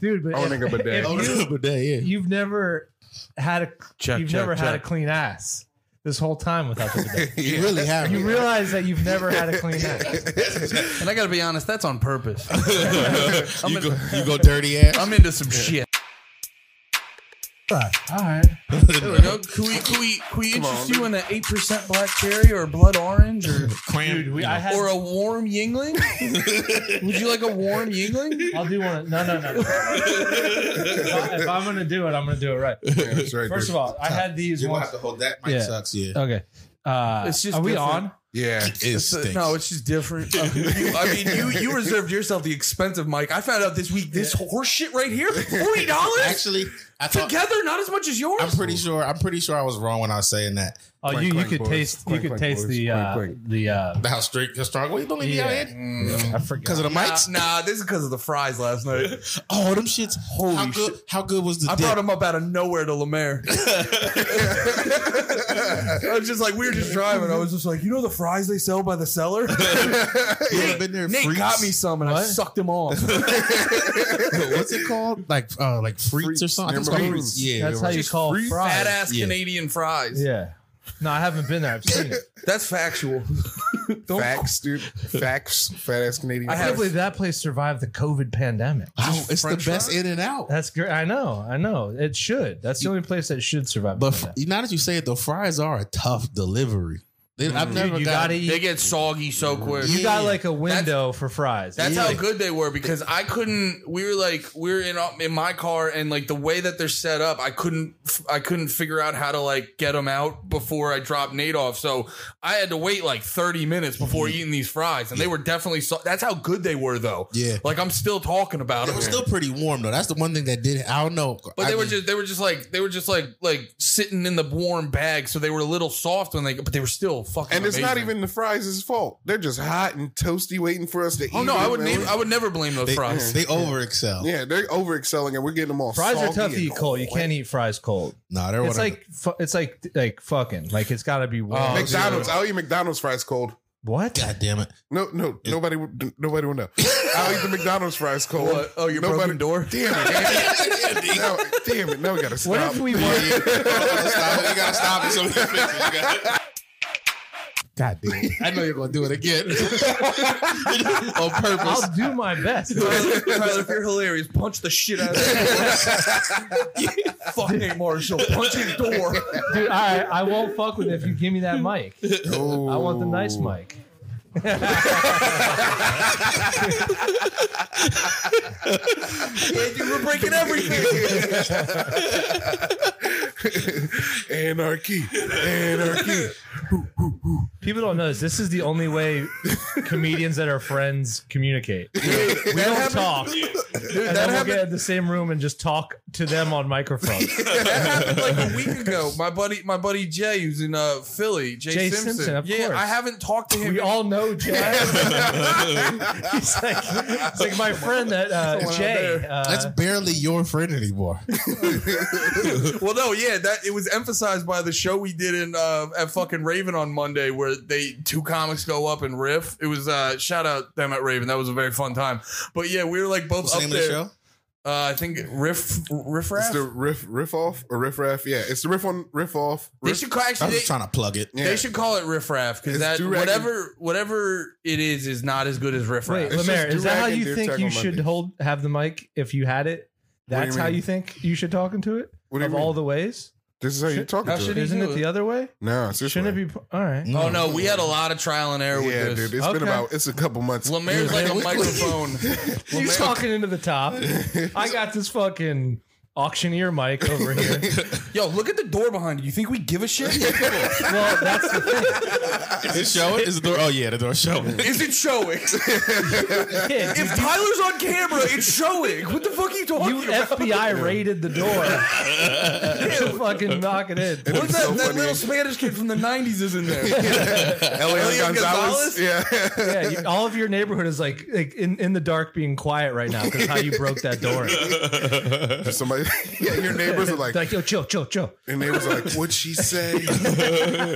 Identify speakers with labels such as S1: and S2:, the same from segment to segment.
S1: dude. Oh, But
S2: Owning a
S1: if-
S2: bidet.
S1: if
S2: Owning
S1: you-
S3: but that, yeah.
S1: you've never had a
S4: Check,
S1: you've
S4: check,
S1: never had a
S4: check.
S1: clean ass this whole time without the bidet.
S3: You really have.
S1: You realize that you've never had a clean ass.
S4: And I got to be honest, that's on purpose. I'm,
S3: you,
S4: in-
S3: go, you go dirty ass.
S4: I'm into some shit.
S1: All right.
S4: There we go. Can we, can we, can we
S2: Come on,
S4: interest
S2: dude.
S4: you in an 8% black cherry or a blood orange or,
S3: Cram,
S1: Dude, we,
S3: you
S1: I
S3: know.
S1: had,
S4: or a warm yingling? Would you like a warm yingling?
S1: I'll do one. No, no, no. if, I, if I'm gonna do it, I'm gonna do it right.
S2: That's right,
S1: First of
S2: dude.
S1: all, I had these
S5: You gonna
S1: ones.
S5: have to hold that mic
S1: Yeah.
S3: sucks. Yeah,
S1: Okay. Uh,
S4: It's just
S1: are we
S4: different.
S1: on?
S2: yeah.
S3: it
S4: It's, uh,
S3: stinks.
S4: no, it's just different. Uh, you- I mean, you you reserved yourself the expensive mic. I found out this week this horse shit right here, forty dollars
S3: actually. I thought,
S4: together, not as much as yours.
S3: I'm pretty sure. I'm pretty sure I was wrong when I was saying that.
S1: Oh,
S2: Clank,
S1: you, you
S2: clank,
S1: could
S2: boys.
S1: taste
S2: Clank,
S1: you could
S2: clank,
S1: taste
S2: boys.
S1: the
S2: Clank,
S1: uh,
S2: clank.
S1: the uh,
S3: How strict, how strong? What you believe me out
S1: Yeah.
S3: here?
S4: Mm.
S1: I forgot.
S3: Because of the
S4: Nah,
S3: mics?
S4: nah, this is because of the fries last night.
S3: Oh, them shits.
S4: Holy
S3: how good,
S4: shit.
S3: How good was the
S4: I
S3: dick?
S4: brought him up out of nowhere to Lemaire. I was just like, we were just driving. I was just like, you know the fries they sell by the cellar?
S3: You ever been there,
S4: Nate
S3: freaks?
S4: got me some and I
S1: What?
S4: sucked him off.
S3: What's it called? Like uh, like freaks, or
S2: Freaks.
S3: something? I think it's called
S2: Remember
S3: freaks.
S2: freaks?
S3: Yeah,
S1: That's
S3: you're
S1: how
S3: right.
S1: you call
S4: Free
S1: fries.
S4: fat ass
S3: Yeah.
S4: Canadian fries.
S1: Yeah. No, I haven't been there. I've seen it.
S4: That's factual. Don't
S2: Facts, dude. Facts. Fat ass Canadian.
S4: I
S1: I can't
S4: have-
S1: believe that place survived the COVID pandemic.
S3: Oh, it's
S4: French
S3: the best
S4: fries?
S3: in and out.
S1: That's great. I know. I know. It should. That's the only place that should survive.
S3: But
S1: the
S3: f- now that you say it, the fries are a tough delivery. They, I've
S4: Mm-hmm.
S1: pandemic.
S3: never
S1: Dude, you
S3: got
S1: gotta
S4: They
S1: eat.
S4: get soggy so quick.
S1: You got like a window for fries.
S4: That's
S3: Yeah.
S4: how good they were because I couldn't. We were like we were in in my car and like the way that they're set up, I couldn't I couldn't figure out how to like get them out before I dropped Nate off. So I had to wait like thirty minutes before eating these fries, and they were definitely. So- that's how good they were though.
S3: Yeah.
S4: like I'm still talking about
S3: It
S4: them.
S3: was still pretty warm though. That's the one thing that did. I don't know.
S4: But they
S3: I
S4: were
S3: mean,
S4: just they were just like they were just like like sitting in the warm bag, so they were a little soft when they but they were still fucking.
S2: and it's not
S4: amazing.
S2: even the fries' fault. They're just hot and toasty, waiting for us to eat.
S4: Oh no, I
S2: them,
S4: would
S2: man.
S4: never, I would never blame those
S3: they,
S4: fries.
S3: They over excel.
S2: Yeah, they're over excelling, and we're getting them all.
S1: fries are
S2: soggy
S1: tough to
S2: and
S1: eat cold. You can't eat fries cold.
S3: No, they're
S1: It's like fu- it's like like fucking like it's got to be warm.
S4: Oh, dude.
S2: McDonald's. I'll eat McDonald's fries cold.
S1: What?
S3: God damn it!
S2: No, no, nobody, would- nobody will know. I'll eat the McDonald's fries cold.
S4: What? Oh, your broken door?
S2: Damn it! Andy. now, damn it! Now we gotta stop.
S1: What if we were?
S3: stop it. You gotta stop it. So we can fix it. You gotta- God damn! it. I know you're gonna do it again on purpose.
S1: I'll do my best.
S4: Tyler, Tyler, if you're hilarious, punch the shit out of that. Fuck Nate Marshall. Punch his door.
S1: Dude, I I won't fuck with it if you give me that mic.
S2: Oh,
S1: I want the nice mic.
S4: Andy, we're breaking everything.
S2: Anarchy, anarchy.
S1: People don't know this. This is the only way comedians that are friends communicate. We don't talk. and then
S4: that
S1: we'll
S4: happened-
S1: get in the same room and just talk to them on microphone.
S4: that happened like a week ago. My buddy, my buddy Jay, who's in uh, Philly, Jay,
S1: Jay
S4: Simpson.
S1: Simpson, of
S4: yeah,
S1: course.
S4: I haven't talked to him.
S1: we all know Jay. he's like, it's like my friend that uh,
S4: out
S1: Jay.
S4: there.
S3: That's
S1: Uh,
S3: barely your friend anymore.
S4: well, no, yeah, that it was emphasized by the show we did in uh, at fucking Raven on Monday, where they two comics go up and riff. It was uh, shout out them at Raven. That was a very fun time. But yeah, we were like both
S3: What's the
S4: up
S3: name of
S4: there.
S3: the show?
S4: Uh, I think riff riff
S2: It's
S4: raff.
S2: the riff, riff off or riff raff. Yeah, it's the riff on riff off.
S4: They
S2: Riff-
S4: should call,
S3: I
S4: actually.
S3: was
S4: They,
S3: just trying to plug it.
S2: yeah.
S4: they should call it riff raff because
S2: It's
S4: that
S2: do-rag
S4: whatever whatever it is is not as good as riff
S1: wait,
S4: raff.
S2: It's
S1: Lemaire,
S2: just
S1: is that
S2: do-rag
S1: how
S2: and
S1: you
S2: dirt
S1: think
S2: tag
S1: you
S2: on
S1: should
S2: Monday.
S1: hold have the mic if you had it?
S2: do you
S1: That's how
S2: mean?
S1: you think you should talk into it?
S2: What do you
S1: of
S2: mean?
S1: all the ways?
S2: This is how you talk
S4: How
S2: to
S4: should
S2: it.
S4: he-
S1: Isn't
S4: do
S1: it
S4: it?
S1: the other way?
S2: No, it's this
S1: Shouldn't
S2: way.
S1: it be? All right.
S4: Oh no, we had a lot of trial and error with
S2: Yeah,
S4: this.
S2: dude. It's
S1: Okay.
S2: been about. It's a couple months.
S4: Lemaire's like a
S3: we-
S4: microphone.
S1: You talking into the top. I got this fucking auctioneer mic over here.
S4: Yo, look at the door behind you. You think we give a shit?
S1: Well, that's the thing.
S3: Is it showing? Is the door? Oh yeah, the door showing.
S4: Is it showing?
S1: Kid,
S4: If Tyler's on camera, it's showing. What the fuck are you talking
S1: you
S4: about?
S1: FBI raided the door to fucking knock it in.
S4: What's that, that little Spanish kid from the 90s is in there.
S2: Elian
S4: Elian
S2: Gonzalez.
S4: Gonzalez?
S2: Yeah.
S1: Yeah, you, all of your neighborhood is like like in, in the dark being quiet right now because how you broke that door.
S2: Somebody Yeah, your neighbors are like,
S1: They're like, yo, chill, chill, chill.
S2: your neighbors are like, what'd she say?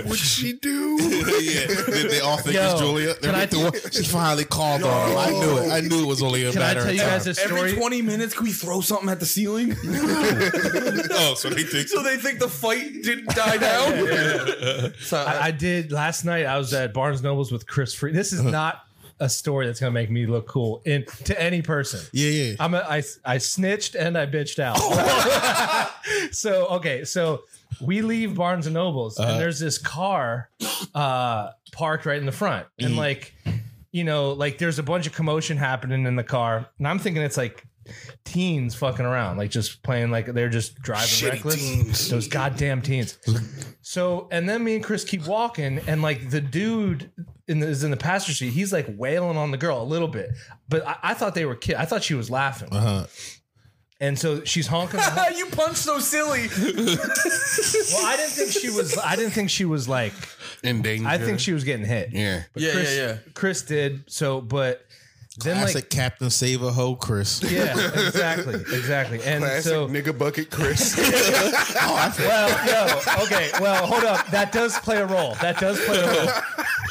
S2: What'd she do?
S3: yeah, they, they all think
S1: Yo,
S3: it's Julia. They're
S1: can I
S3: like, "What? she finally called on him. I knew it. I knew it was only a
S1: Can I
S3: matter
S1: tell
S3: of
S1: you
S3: time.
S1: guys a
S4: Every
S1: story?
S4: 20 minutes, can we throw something at the ceiling?
S3: oh, so they think.
S4: so they think the fight didn't die down? So,
S1: I, I did last night. I was at Barnes Nobles with Chris Free. This is not a story that's gonna make me look cool in to any person.
S3: Yeah, yeah.
S1: I'm a, I, I snitched and I bitched out. so okay, so we leave Barnes and Nobles and there's this car uh, parked right in the front, and like you know, like there's a bunch of commotion happening in the car, and I'm thinking it's like teens fucking around, like just playing, like they're just driving reckless. Those goddamn teens. So and then me and Chris keep walking, and like the dude in the, is in the passenger seat. He's like wailing on the girl a little bit, but I, I thought they were kid. I thought she was laughing,
S3: Uh-huh.
S1: and so she's honking.
S4: Ah, you punch so silly.
S1: well, I didn't think she was. I didn't think she was like.
S2: In danger.
S1: I think she was getting hit.
S3: Yeah.
S4: Yeah,
S1: Chris,
S4: yeah, yeah.
S1: Chris did so, but then
S3: Classic
S1: like
S3: Captain Save a Ho, Chris. oh,
S1: yeah, exactly, exactly, and
S2: Classic
S1: so.
S2: nigga bucket Chris.
S3: I feel
S1: Well, no, okay. Well, hold up. That does play a role. That does play a role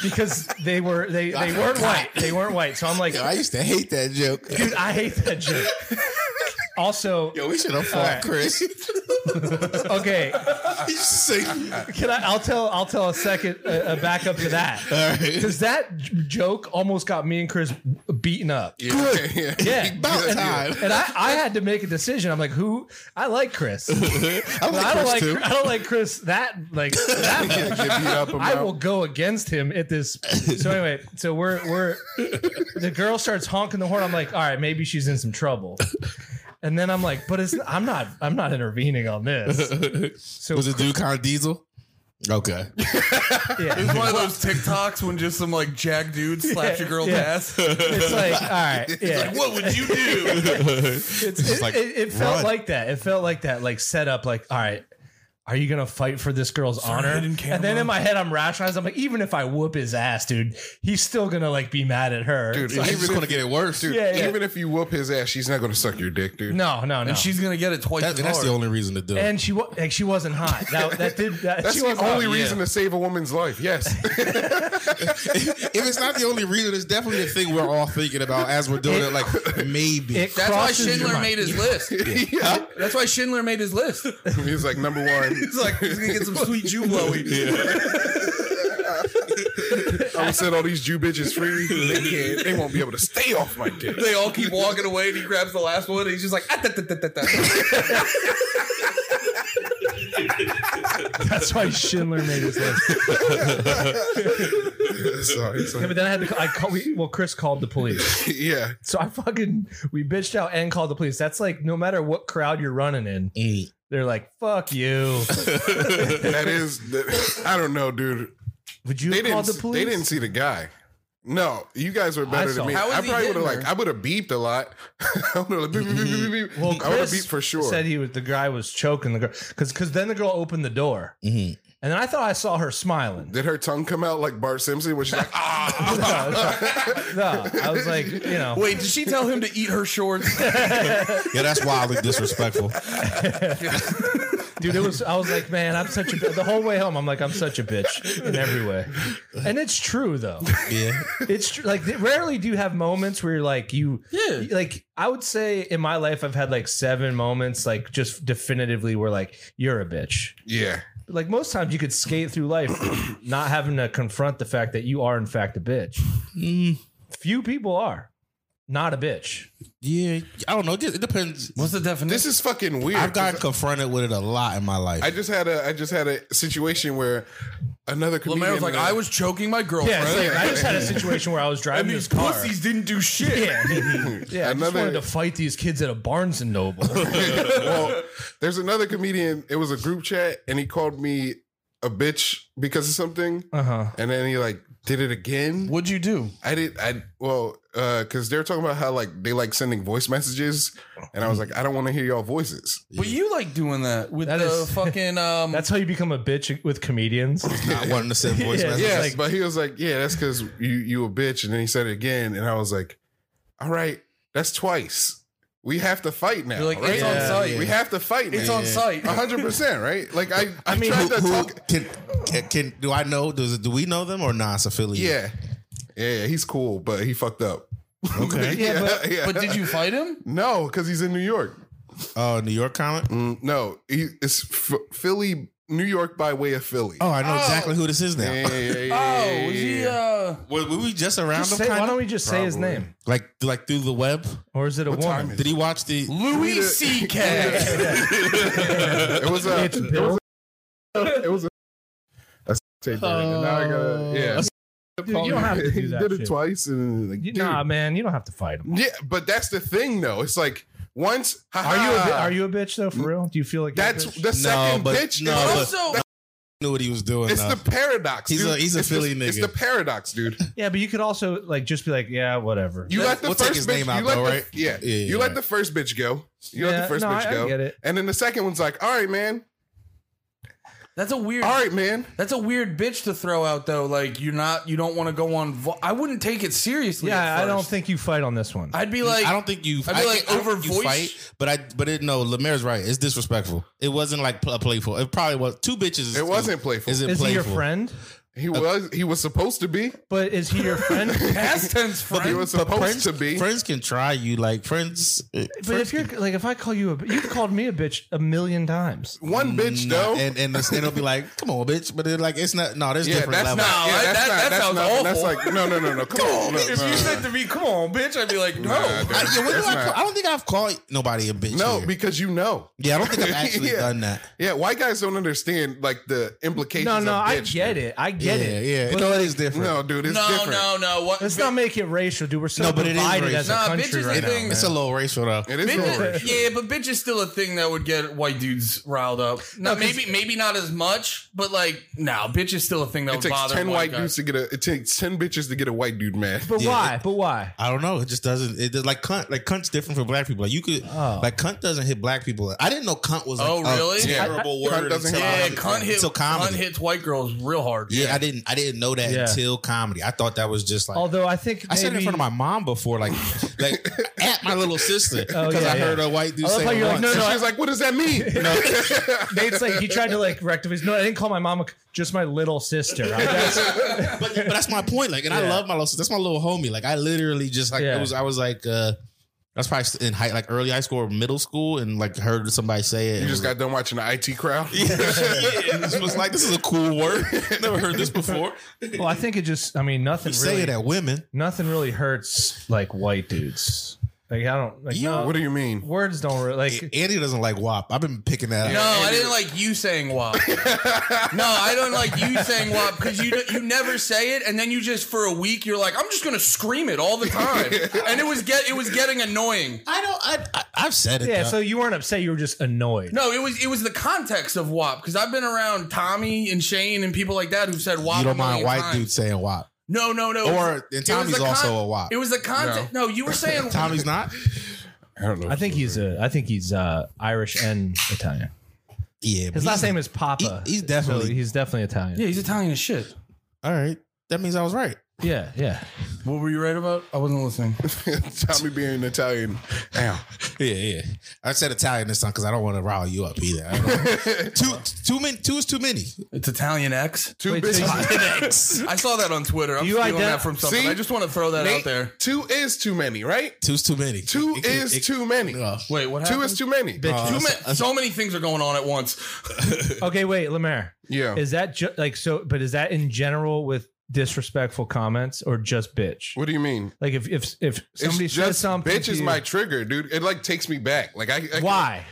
S1: because they were they they weren't white. They weren't white. So I'm like,
S3: I used to hate that joke.
S1: dude, I hate that joke. Also,
S3: Yo, we should have fought
S1: Alright.
S3: Chris. he
S1: okay,
S3: used to say, all
S1: can I? I'll tell. I'll tell a second a, a backup to that.
S3: right.
S1: Because that j- joke almost got me and Chris beaten up. Yeah.
S3: Good. About
S1: and
S3: time.
S1: and I, I had to make a decision. I'm like, who? I like Chris.
S3: I
S1: But
S3: like
S1: I
S3: Chris
S1: don't like.
S3: too.
S1: I don't like Chris. That like that. much.
S2: Get beat up about-
S1: I will go against him at this. So anyway, so we're we're the girl starts honking the horn. I'm like, all right, maybe she's in some trouble. And then I'm like, but it's I'm not I'm not intervening on this. So
S3: Was it dude kind of diesel? Okay.
S1: yeah.
S4: It's one of those TikToks when just some like jack dude slaps
S1: Yeah,
S4: your girl's
S1: yeah.
S4: ass.
S1: It's like all right, yeah.
S4: What would you do?
S1: It's, it,
S3: like,
S1: it, it felt
S3: run.
S1: like that. It felt like that. Like setup. Like all right. Are you gonna fight for this girl's honor?
S4: hidden
S1: And then
S4: camera.
S1: in my head, I'm rationalizing. I'm like, even if I whoop his ass, dude, he's still gonna like be mad at her.
S2: Dude,
S1: It's like-
S3: He's just going to get it worse. Dude.
S1: yeah, yeah.
S2: even if you whoop his ass, she's not going to suck your dick, dude.
S1: no, no, no.
S4: And she's gonna get it twice
S3: That,
S4: as hard.
S3: that's the only reason to do it.
S1: and she wa- like she wasn't hot. That, that did that,
S2: That's
S1: she
S2: the
S1: wasn't Oh,
S2: only
S1: hot.
S2: reason to save a woman's life. Yes.
S3: if it's not the only reason, it's definitely a thing we're all thinking about as we're doing it. Like, maybe.
S1: It
S4: That's why
S1: crosses your
S4: Schindler
S1: mind.
S4: made his list.
S2: yeah.
S4: That's why Schindler made his list.
S2: He's like, number one,
S4: He's like, he's gonna get some sweet Jew blowy.
S2: I'm going to set all these Jew bitches free. They can't. They won't be able to stay off my dick.
S4: They all keep walking away, and he grabs the last one, and he's just like, ah, da, da, da, da, da.
S1: That's why Schindler made his list.
S2: Sorry.
S1: Yeah, but
S2: sorry.
S1: then I had to. Call, I call, we, well, Chris called the police,
S2: Yeah.
S1: so I fucking we bitched out and called the police. That's like no matter what crowd you're running in,
S3: Mm.
S1: they're like, "Fuck you."
S2: That is, that, I don't know, dude.
S1: Would you
S2: They
S1: have
S2: didn't,
S1: called the police?
S2: they didn't see the guy. No, you guys were better
S1: saw
S2: than me.
S1: him.
S4: How
S2: I
S4: was he
S2: probably would
S4: hitting
S2: have like
S4: her?
S2: I would have beeped a lot. I would have beep, beep, beep, beep, beep, beep.
S1: Well,
S2: I would have
S1: Chris
S2: beeped for sure.
S1: said he was the guy was choking the girl because because then the girl opened the door
S5: mm.
S3: Mhm.
S1: and then I thought I saw her smiling.
S2: Did her tongue come out like Bart Simpson when she's like, ah,
S1: No, no, I was like, you know,
S4: Wait, did she tell him to eat her shorts?
S3: Yeah, that's wildly disrespectful.
S1: dude it was i was like man i'm such a the whole way home i'm like i'm such a bitch in every way and it's true though
S3: Yeah.
S1: it's true like rarely do you have moments where you're like you
S4: Yeah.
S1: like i would say in my life i've had like seven moments like just definitively where like you're a bitch
S2: yeah,
S1: like most times you could skate through life not having to confront the fact that you are in fact a bitch few people are not a bitch
S3: Yeah. I don't know. It, just, it depends.
S4: What's the definition?
S2: this is fucking weird.
S3: I've gotten confronted with it a lot in my life.
S2: I just had a I just had a situation where another comedian
S4: Lemaire was like, I was choking my
S1: yeah
S4: girlfriend.
S1: it's like, i just had a situation where i was driving
S4: and
S1: this
S4: these
S1: car
S4: pussies didn't do shit.
S1: yeah, yeah. I just
S2: Another-
S1: wanted to fight these kids at a Barnes and Noble.
S2: well, there's another comedian. It was a group chat, and he called me a bitch because of something,
S1: Uh
S4: Uh-huh.
S1: huh.
S2: and then he like did it again.
S4: What'd you do?
S2: I did. I well, uh, because they're talking about how like they like sending voice messages, and I was like, I don't want to hear y'all voices.
S4: But you like doing that with
S1: That
S4: the
S1: is-
S4: fucking um.
S1: That's how you become a bitch with comedians.
S3: not wanting to send voice
S1: Yeah.
S3: messages.
S2: Yes,
S1: like-
S2: but he was like, yeah, that's because you you a bitch, and then he said it again, and I was like, all right, that's twice. we have to fight now.
S4: You're like,
S2: right?
S4: it's
S1: Yeah.
S4: on site.
S2: We have to fight now.
S4: It's on site.
S2: 100%, right? Like, I, I,
S1: mean,
S2: tried to
S5: Who,
S2: talk.
S5: can, can can do I know? Does do we know them or Nas affiliate?
S2: Yeah. Yeah, he's cool, but he fucked up.
S5: Okay.
S4: Yeah, but, but did you fight him?
S2: No, because he's in New York.
S5: Oh, New York comic.
S2: Mm, no, he, it's F- Philly, New York by way of Philly.
S5: Oh, I know exactly who this is now.
S2: Yeah, yeah, yeah,
S4: Oh,
S2: yeah,
S4: was he?
S2: yeah.
S4: Uh,
S5: Were, were we just around
S1: Just
S5: him?
S1: say-
S5: kind
S1: why
S5: of?
S1: don't we just say his
S2: Probably.
S1: name?
S5: like like through the web?
S1: Or is it a
S2: time
S1: woman?
S2: is
S5: Did he watch the?
S4: Louis
S2: Rita-
S4: C.K.
S2: it was a.
S1: It's
S2: It was
S1: Bill.
S2: a. It was a that's tape uh, now I gotta. Yeah.
S1: Oh. Dude, you don't have to
S2: he
S1: do that.
S2: did it
S1: shit.
S2: twice, and like,
S1: You-
S2: dude.
S1: Nah, man, you don't have to fight him.
S2: yeah, but that's the thing, though. It's like once.
S1: Are you a, bi-
S2: haha,
S1: are you a bitch though? For real? Do you feel like you're a
S2: That's
S1: bitch?
S2: the second
S5: but-
S2: bitch.
S5: no,
S2: It's-
S5: but-
S4: Also,
S5: Knew what he was doing.
S2: It's
S5: though.
S2: the paradox.
S5: He's
S2: dude.
S5: a- he's a
S2: It's
S5: Philly
S2: the, It's
S5: nigga.
S2: the paradox, dude.
S1: yeah, but you could also like just be like, yeah, whatever.
S2: You
S5: Let's-
S2: let the
S5: we'll take
S2: first
S5: his
S2: bitch.
S5: name out,
S2: you let
S5: though,
S2: the,
S5: right?
S2: Yeah.
S5: Yeah, yeah,
S2: you let
S5: yeah.
S2: the first bitch go. You let
S1: Yeah,
S2: the first
S1: no,
S2: bitch
S1: I- I
S2: go.
S1: get it.
S2: And then the second one's like, all right, man.
S4: that's a weird.
S2: All right, man.
S4: That's a weird bitch to throw out though. Like you're not, you don't want to go on. Vo- I wouldn't take it seriously.
S1: yeah,
S4: at
S1: I don't
S4: first.
S1: think you fight on this one.
S4: I'd be like,
S5: I don't think you.
S4: I'd be like,
S5: think- I don't
S4: over
S5: think you
S4: voice?
S5: but I. But it, no, Lemaire's right. It's disrespectful. It wasn't like pl- playful. It probably was two bitches. is
S2: It
S5: too-
S2: wasn't playful.
S5: Isn't
S1: is
S5: playful.
S1: he your friend?
S2: He was. He was supposed to be.
S1: But is he your friend?
S4: past tense
S2: He
S4: friend.
S2: was supposed
S5: friends,
S2: to be.
S5: friends can try you like friends. eh, But
S1: But if you're like, if I call you a, b- you've called me a bitch a million times.
S2: One bitch though.
S5: and and it's- it'll be like, come on, bitch. But it like it's not. No, there's
S2: yeah,
S5: different
S2: that's not.
S5: levels.
S4: No,
S2: yeah,
S4: that-
S2: that's
S4: that-
S2: not.
S4: that
S2: that's
S4: sounds
S2: not, That's
S4: awful.
S2: like no, no, no, no. Come on. no,
S4: if
S2: no,
S4: you
S2: no,
S4: said to me, "Come on, bitch," I'd be like, "No."
S2: Nah, dude.
S5: I, yeah, when do
S2: That's
S5: I, call,
S2: not-
S5: I don't think I've called nobody a bitch.
S2: no,
S5: here.
S2: because you know.
S5: yeah, I don't think I've actually
S2: Yeah.
S5: done that.
S2: Yeah, white guys don't understand like the implications.
S1: No, no,
S2: of
S1: I
S2: bitch,
S1: get it. I get
S5: yeah,
S1: it.
S5: yeah.
S1: But
S5: no, it is different.
S2: No, dude, it's
S4: no,
S2: different.
S4: no, no. What?
S1: Let's not make it racial, dude. We're so
S5: No, but it is
S1: divided as a
S5: racial.
S4: Nah, bitch
S1: country
S4: is
S1: right
S4: the
S1: now.
S4: thing.
S1: man.
S5: it's a little racial though.
S2: It is
S4: Bitch,
S2: little
S4: is-
S2: racial.
S4: yeah, but bitch is still a thing that would get white dudes riled up. No, maybe maybe not as much, but like, no, bitch is still a thing that
S2: It
S4: would
S2: takes
S4: bother
S2: ten
S4: white
S2: white
S4: guys.
S2: dudes to get a. It takes ten bitches to get a white dude mad.
S1: But
S5: Yeah,
S1: why? But why?
S5: I don't know. It just doesn't. It does- like cunt. Like cunt's different for black people. Like you could.
S1: Oh.
S5: Like cunt doesn't hit black people. I didn't know cunt was. Like,
S4: Oh,
S5: a
S4: really? Yeah.
S5: Terrible
S2: Cunt
S5: word.
S2: doesn't
S5: until
S2: hit
S5: I-
S4: Yeah,
S2: Um,
S4: cunt, hit,
S5: until
S4: cunt
S5: comedy.
S4: hits white girls real hard.
S5: Yeah, I didn't. I didn't know that
S1: Yeah.
S5: until comedy. I thought that was just like.
S1: Although I think
S5: I said it in
S1: maybe-
S5: front of my mom before, like, like at my little sister,
S1: Oh,
S5: because
S1: yeah,
S5: I
S1: yeah.
S5: heard a white dude
S1: I love
S5: say
S1: how
S5: it
S1: you're like,
S5: once.
S1: no,
S2: No,
S1: no,
S2: no, she's like, what does that mean?
S1: Nate's like he tried to like rectify. No, I didn't call my mom. A, just my little sister. I guess.
S5: but, but that's my point. Like, and I
S1: Yeah.
S5: love my little. That's my little homie. Like, I literally just like
S1: Yeah.
S5: it was. I was like, uh that's probably in high, like early high school or middle school, and like heard somebody say it.
S2: You
S5: and
S2: just
S5: was
S2: got done watching the IT crowd.
S5: like, yeah, it was like this is a cool word. Never heard this before.
S1: well, I think it just. I mean, nothing
S5: Say
S1: really.
S5: it at women.
S1: Nothing really hurts like white dudes. Like I don't. Like no,
S2: What do you mean?
S1: words don't really, like.
S5: Andy doesn't like WAP. I've been picking that
S4: No,
S5: up.
S4: I didn't like you saying WAP. no, I don't like you saying WAP because you you never say it, and then you just for a week you're like, I'm just gonna scream it all the time, and it was get it was getting annoying.
S5: I don't. I, I, I've said it.
S1: yeah,
S5: though.
S1: so you weren't upset. You were just annoyed.
S4: No, it was it was the context of WAP because I've been around Tommy and Shane and people like that who said WAP.
S5: you
S4: a
S5: don't mind
S4: million
S5: white
S4: times.
S5: dudes saying WAP.
S4: No, no,
S5: Or-
S4: no. It was
S5: and Tommy's
S4: the con-
S5: also a WAP.
S4: It was the context. No. you were saying
S5: Tommy's not.
S2: I don't know.
S1: I think he's a. I think he's uh, Irish and Italian.
S5: Yeah, but
S1: His
S5: he's-
S1: last name is Papa.
S5: he- he's
S1: so
S5: definitely-
S1: he's definitely Italian.
S4: Yeah, he's Italian as shit.
S5: All right, that means I was right.
S1: Yeah, yeah.
S4: What were you right about? I wasn't listening.
S2: Tommy being Italian. Damn.
S5: Yeah, yeah. I said Italian this time because I don't want to rile you up either. I don't- two, too many. Two is too many.
S4: It's Italian X.
S2: Two
S1: Wait, so
S2: bitches.
S1: you-
S4: I saw that on Twitter. I'm
S1: You
S4: stealing
S1: ident-
S4: that from something.
S2: See?
S4: I just want to throw that
S2: Nate,
S4: out there.
S2: Two is too many, right?
S5: Two's too many.
S2: Two
S5: It could-
S2: is
S5: it-
S2: too many.
S5: uh,
S4: Wait, what
S2: Two
S4: happened?
S2: is too many.
S1: Bitch.
S4: Too ma- so many things are going on at once.
S1: okay, wait, Lemaire.
S2: Yeah.
S1: Is that ju- like so? But is that in general with disrespectful comments or just bitch?
S2: What do you mean?
S1: Like if if if somebody
S2: it's
S1: says
S2: just
S1: something,
S2: bitch
S1: to
S2: is
S1: you-
S2: my trigger, dude. It like takes me back. Like I, I can-
S1: why?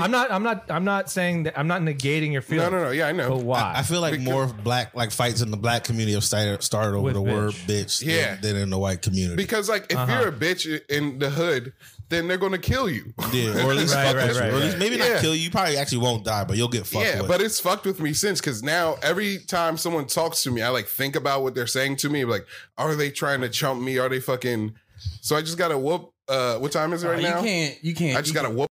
S1: I'm not. I'm not. I'm not saying that. I'm not negating your
S2: No,
S1: feelings.
S2: no, no. Yeah, I know.
S1: But why?
S5: I feel like more black like fights in the black community have started, started over
S1: With
S5: the
S1: bitch.
S5: word bitch than-
S2: Yeah.
S5: than, in the white community.
S2: Because like if
S1: Uh-huh.
S2: you're a bitch in the hood, then they're gonna kill you.
S5: yeah, or at least
S1: Right,
S5: fuck
S1: right,
S5: with you.
S1: right,
S5: Or at least
S1: right.
S5: maybe
S2: Yeah.
S5: not kill you. You probably actually won't die, but you'll get fucked
S2: yeah,
S5: with.
S2: but it's fucked with me since because now every time someone talks to me, I like think about what they're saying to me. Like, are they trying to chump me? Are they fucking? So I just gotta whoop. Uh, what time is it
S4: Uh,
S2: right
S4: you
S2: now?
S4: can't. You can't.
S2: I just
S4: you
S2: gotta whoop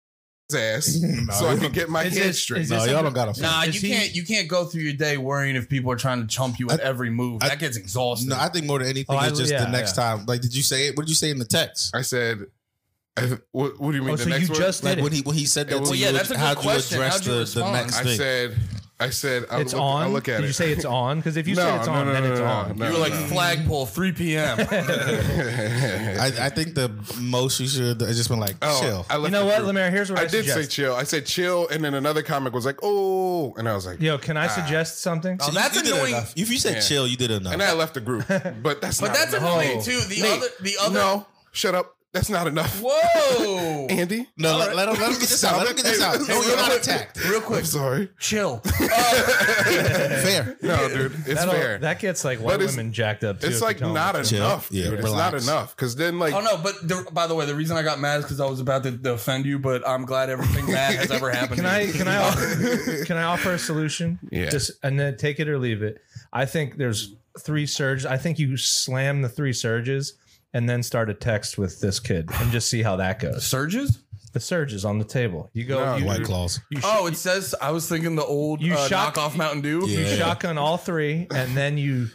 S2: his ass so I can get my
S1: Is
S2: head
S1: this-
S2: straight.
S1: is
S5: no,
S1: this
S5: y'all
S1: under-
S5: don't got to.
S4: can't- Nah, you
S1: Is he-
S4: can't. You can't go through your day worrying if people are trying to chump you at every move.
S5: I-
S4: that gets exhausting.
S5: No, I think more than anything,
S1: Oh, I-
S5: it's just
S1: yeah,
S5: the next time. Like, did you say it? What did you say in the text?
S2: I said, I, what, what do you mean?
S1: Oh,
S2: the
S1: so
S2: next
S1: you
S2: one?
S1: just
S5: Like
S1: did
S5: when
S1: it.
S5: he when he said that
S2: Well,
S5: to
S4: yeah,
S5: you,
S4: that's a good
S5: how do you
S4: question.
S5: address
S4: How'd you
S5: the, the
S4: respond?
S5: next
S2: I
S5: thing?
S2: said, I said, I
S1: It's
S2: look,
S1: on.
S2: I look at
S1: Did
S2: it.
S1: you say it's on? Because if you
S2: No,
S1: say it's
S2: no,
S1: on,
S2: no,
S1: then
S2: no,
S1: it's
S2: no,
S1: on.
S2: no,
S4: you were like
S2: no.
S4: flagpole, 3 p.m.
S5: I, I think the most you should have just been like
S2: oh,
S5: chill.
S2: I left
S1: You know
S2: the
S1: what,
S2: group.
S1: Lemaire? Here's what I,
S2: I did say
S1: suggest.
S2: chill. I said chill, and then another comic was like, "Oh," and I was like,
S1: Yo, can I suggest something?
S5: So you-
S4: that's
S5: you did
S4: annoying.
S5: enough. If you said
S2: Yeah.
S5: chill, you did enough.
S2: and I left the group. But that's
S4: But
S2: not
S4: that's
S2: enough.
S4: annoying
S1: Oh.
S4: too. The
S2: Nate,
S4: other, the other.
S2: no. Shut up. That's not enough.
S4: Whoa.
S2: Andy,
S5: no, let, let him let him get this out. Let him get this out. No, you're not attacked.
S4: Real quick,
S2: I'm sorry.
S4: chill. Uh,
S5: Fair.
S2: No, dude, it's
S1: That'll-
S2: fair.
S1: That gets like white
S2: But it's-
S1: women jacked up. Too if
S2: it's
S1: you
S2: like
S1: tell 'em.
S2: not
S5: Chill.
S2: enough,
S5: Yeah,
S2: dude.
S5: relax.
S2: It's not enough because then like
S4: oh no! But the, by the way, the reason I got mad is because I was about to, to offend you. But I'm glad everything bad has ever happened.
S1: Can
S4: to
S1: I
S4: you. Uh,
S1: can I offer, can I offer a solution?
S2: Yeah.
S1: Just and then take it or leave it. I think there's three surges. I think you slam the three surges and then start a text with this kid and just see how that goes.
S4: surges?
S1: The surges on the table. You go.
S2: No,
S1: you,
S5: White claws.
S1: you sh-
S4: Oh, it says I was thinking the old
S1: You
S4: uh,
S1: shock-
S4: knockoff Mountain Dew.
S5: Yeah.
S1: you shotgun all three and then you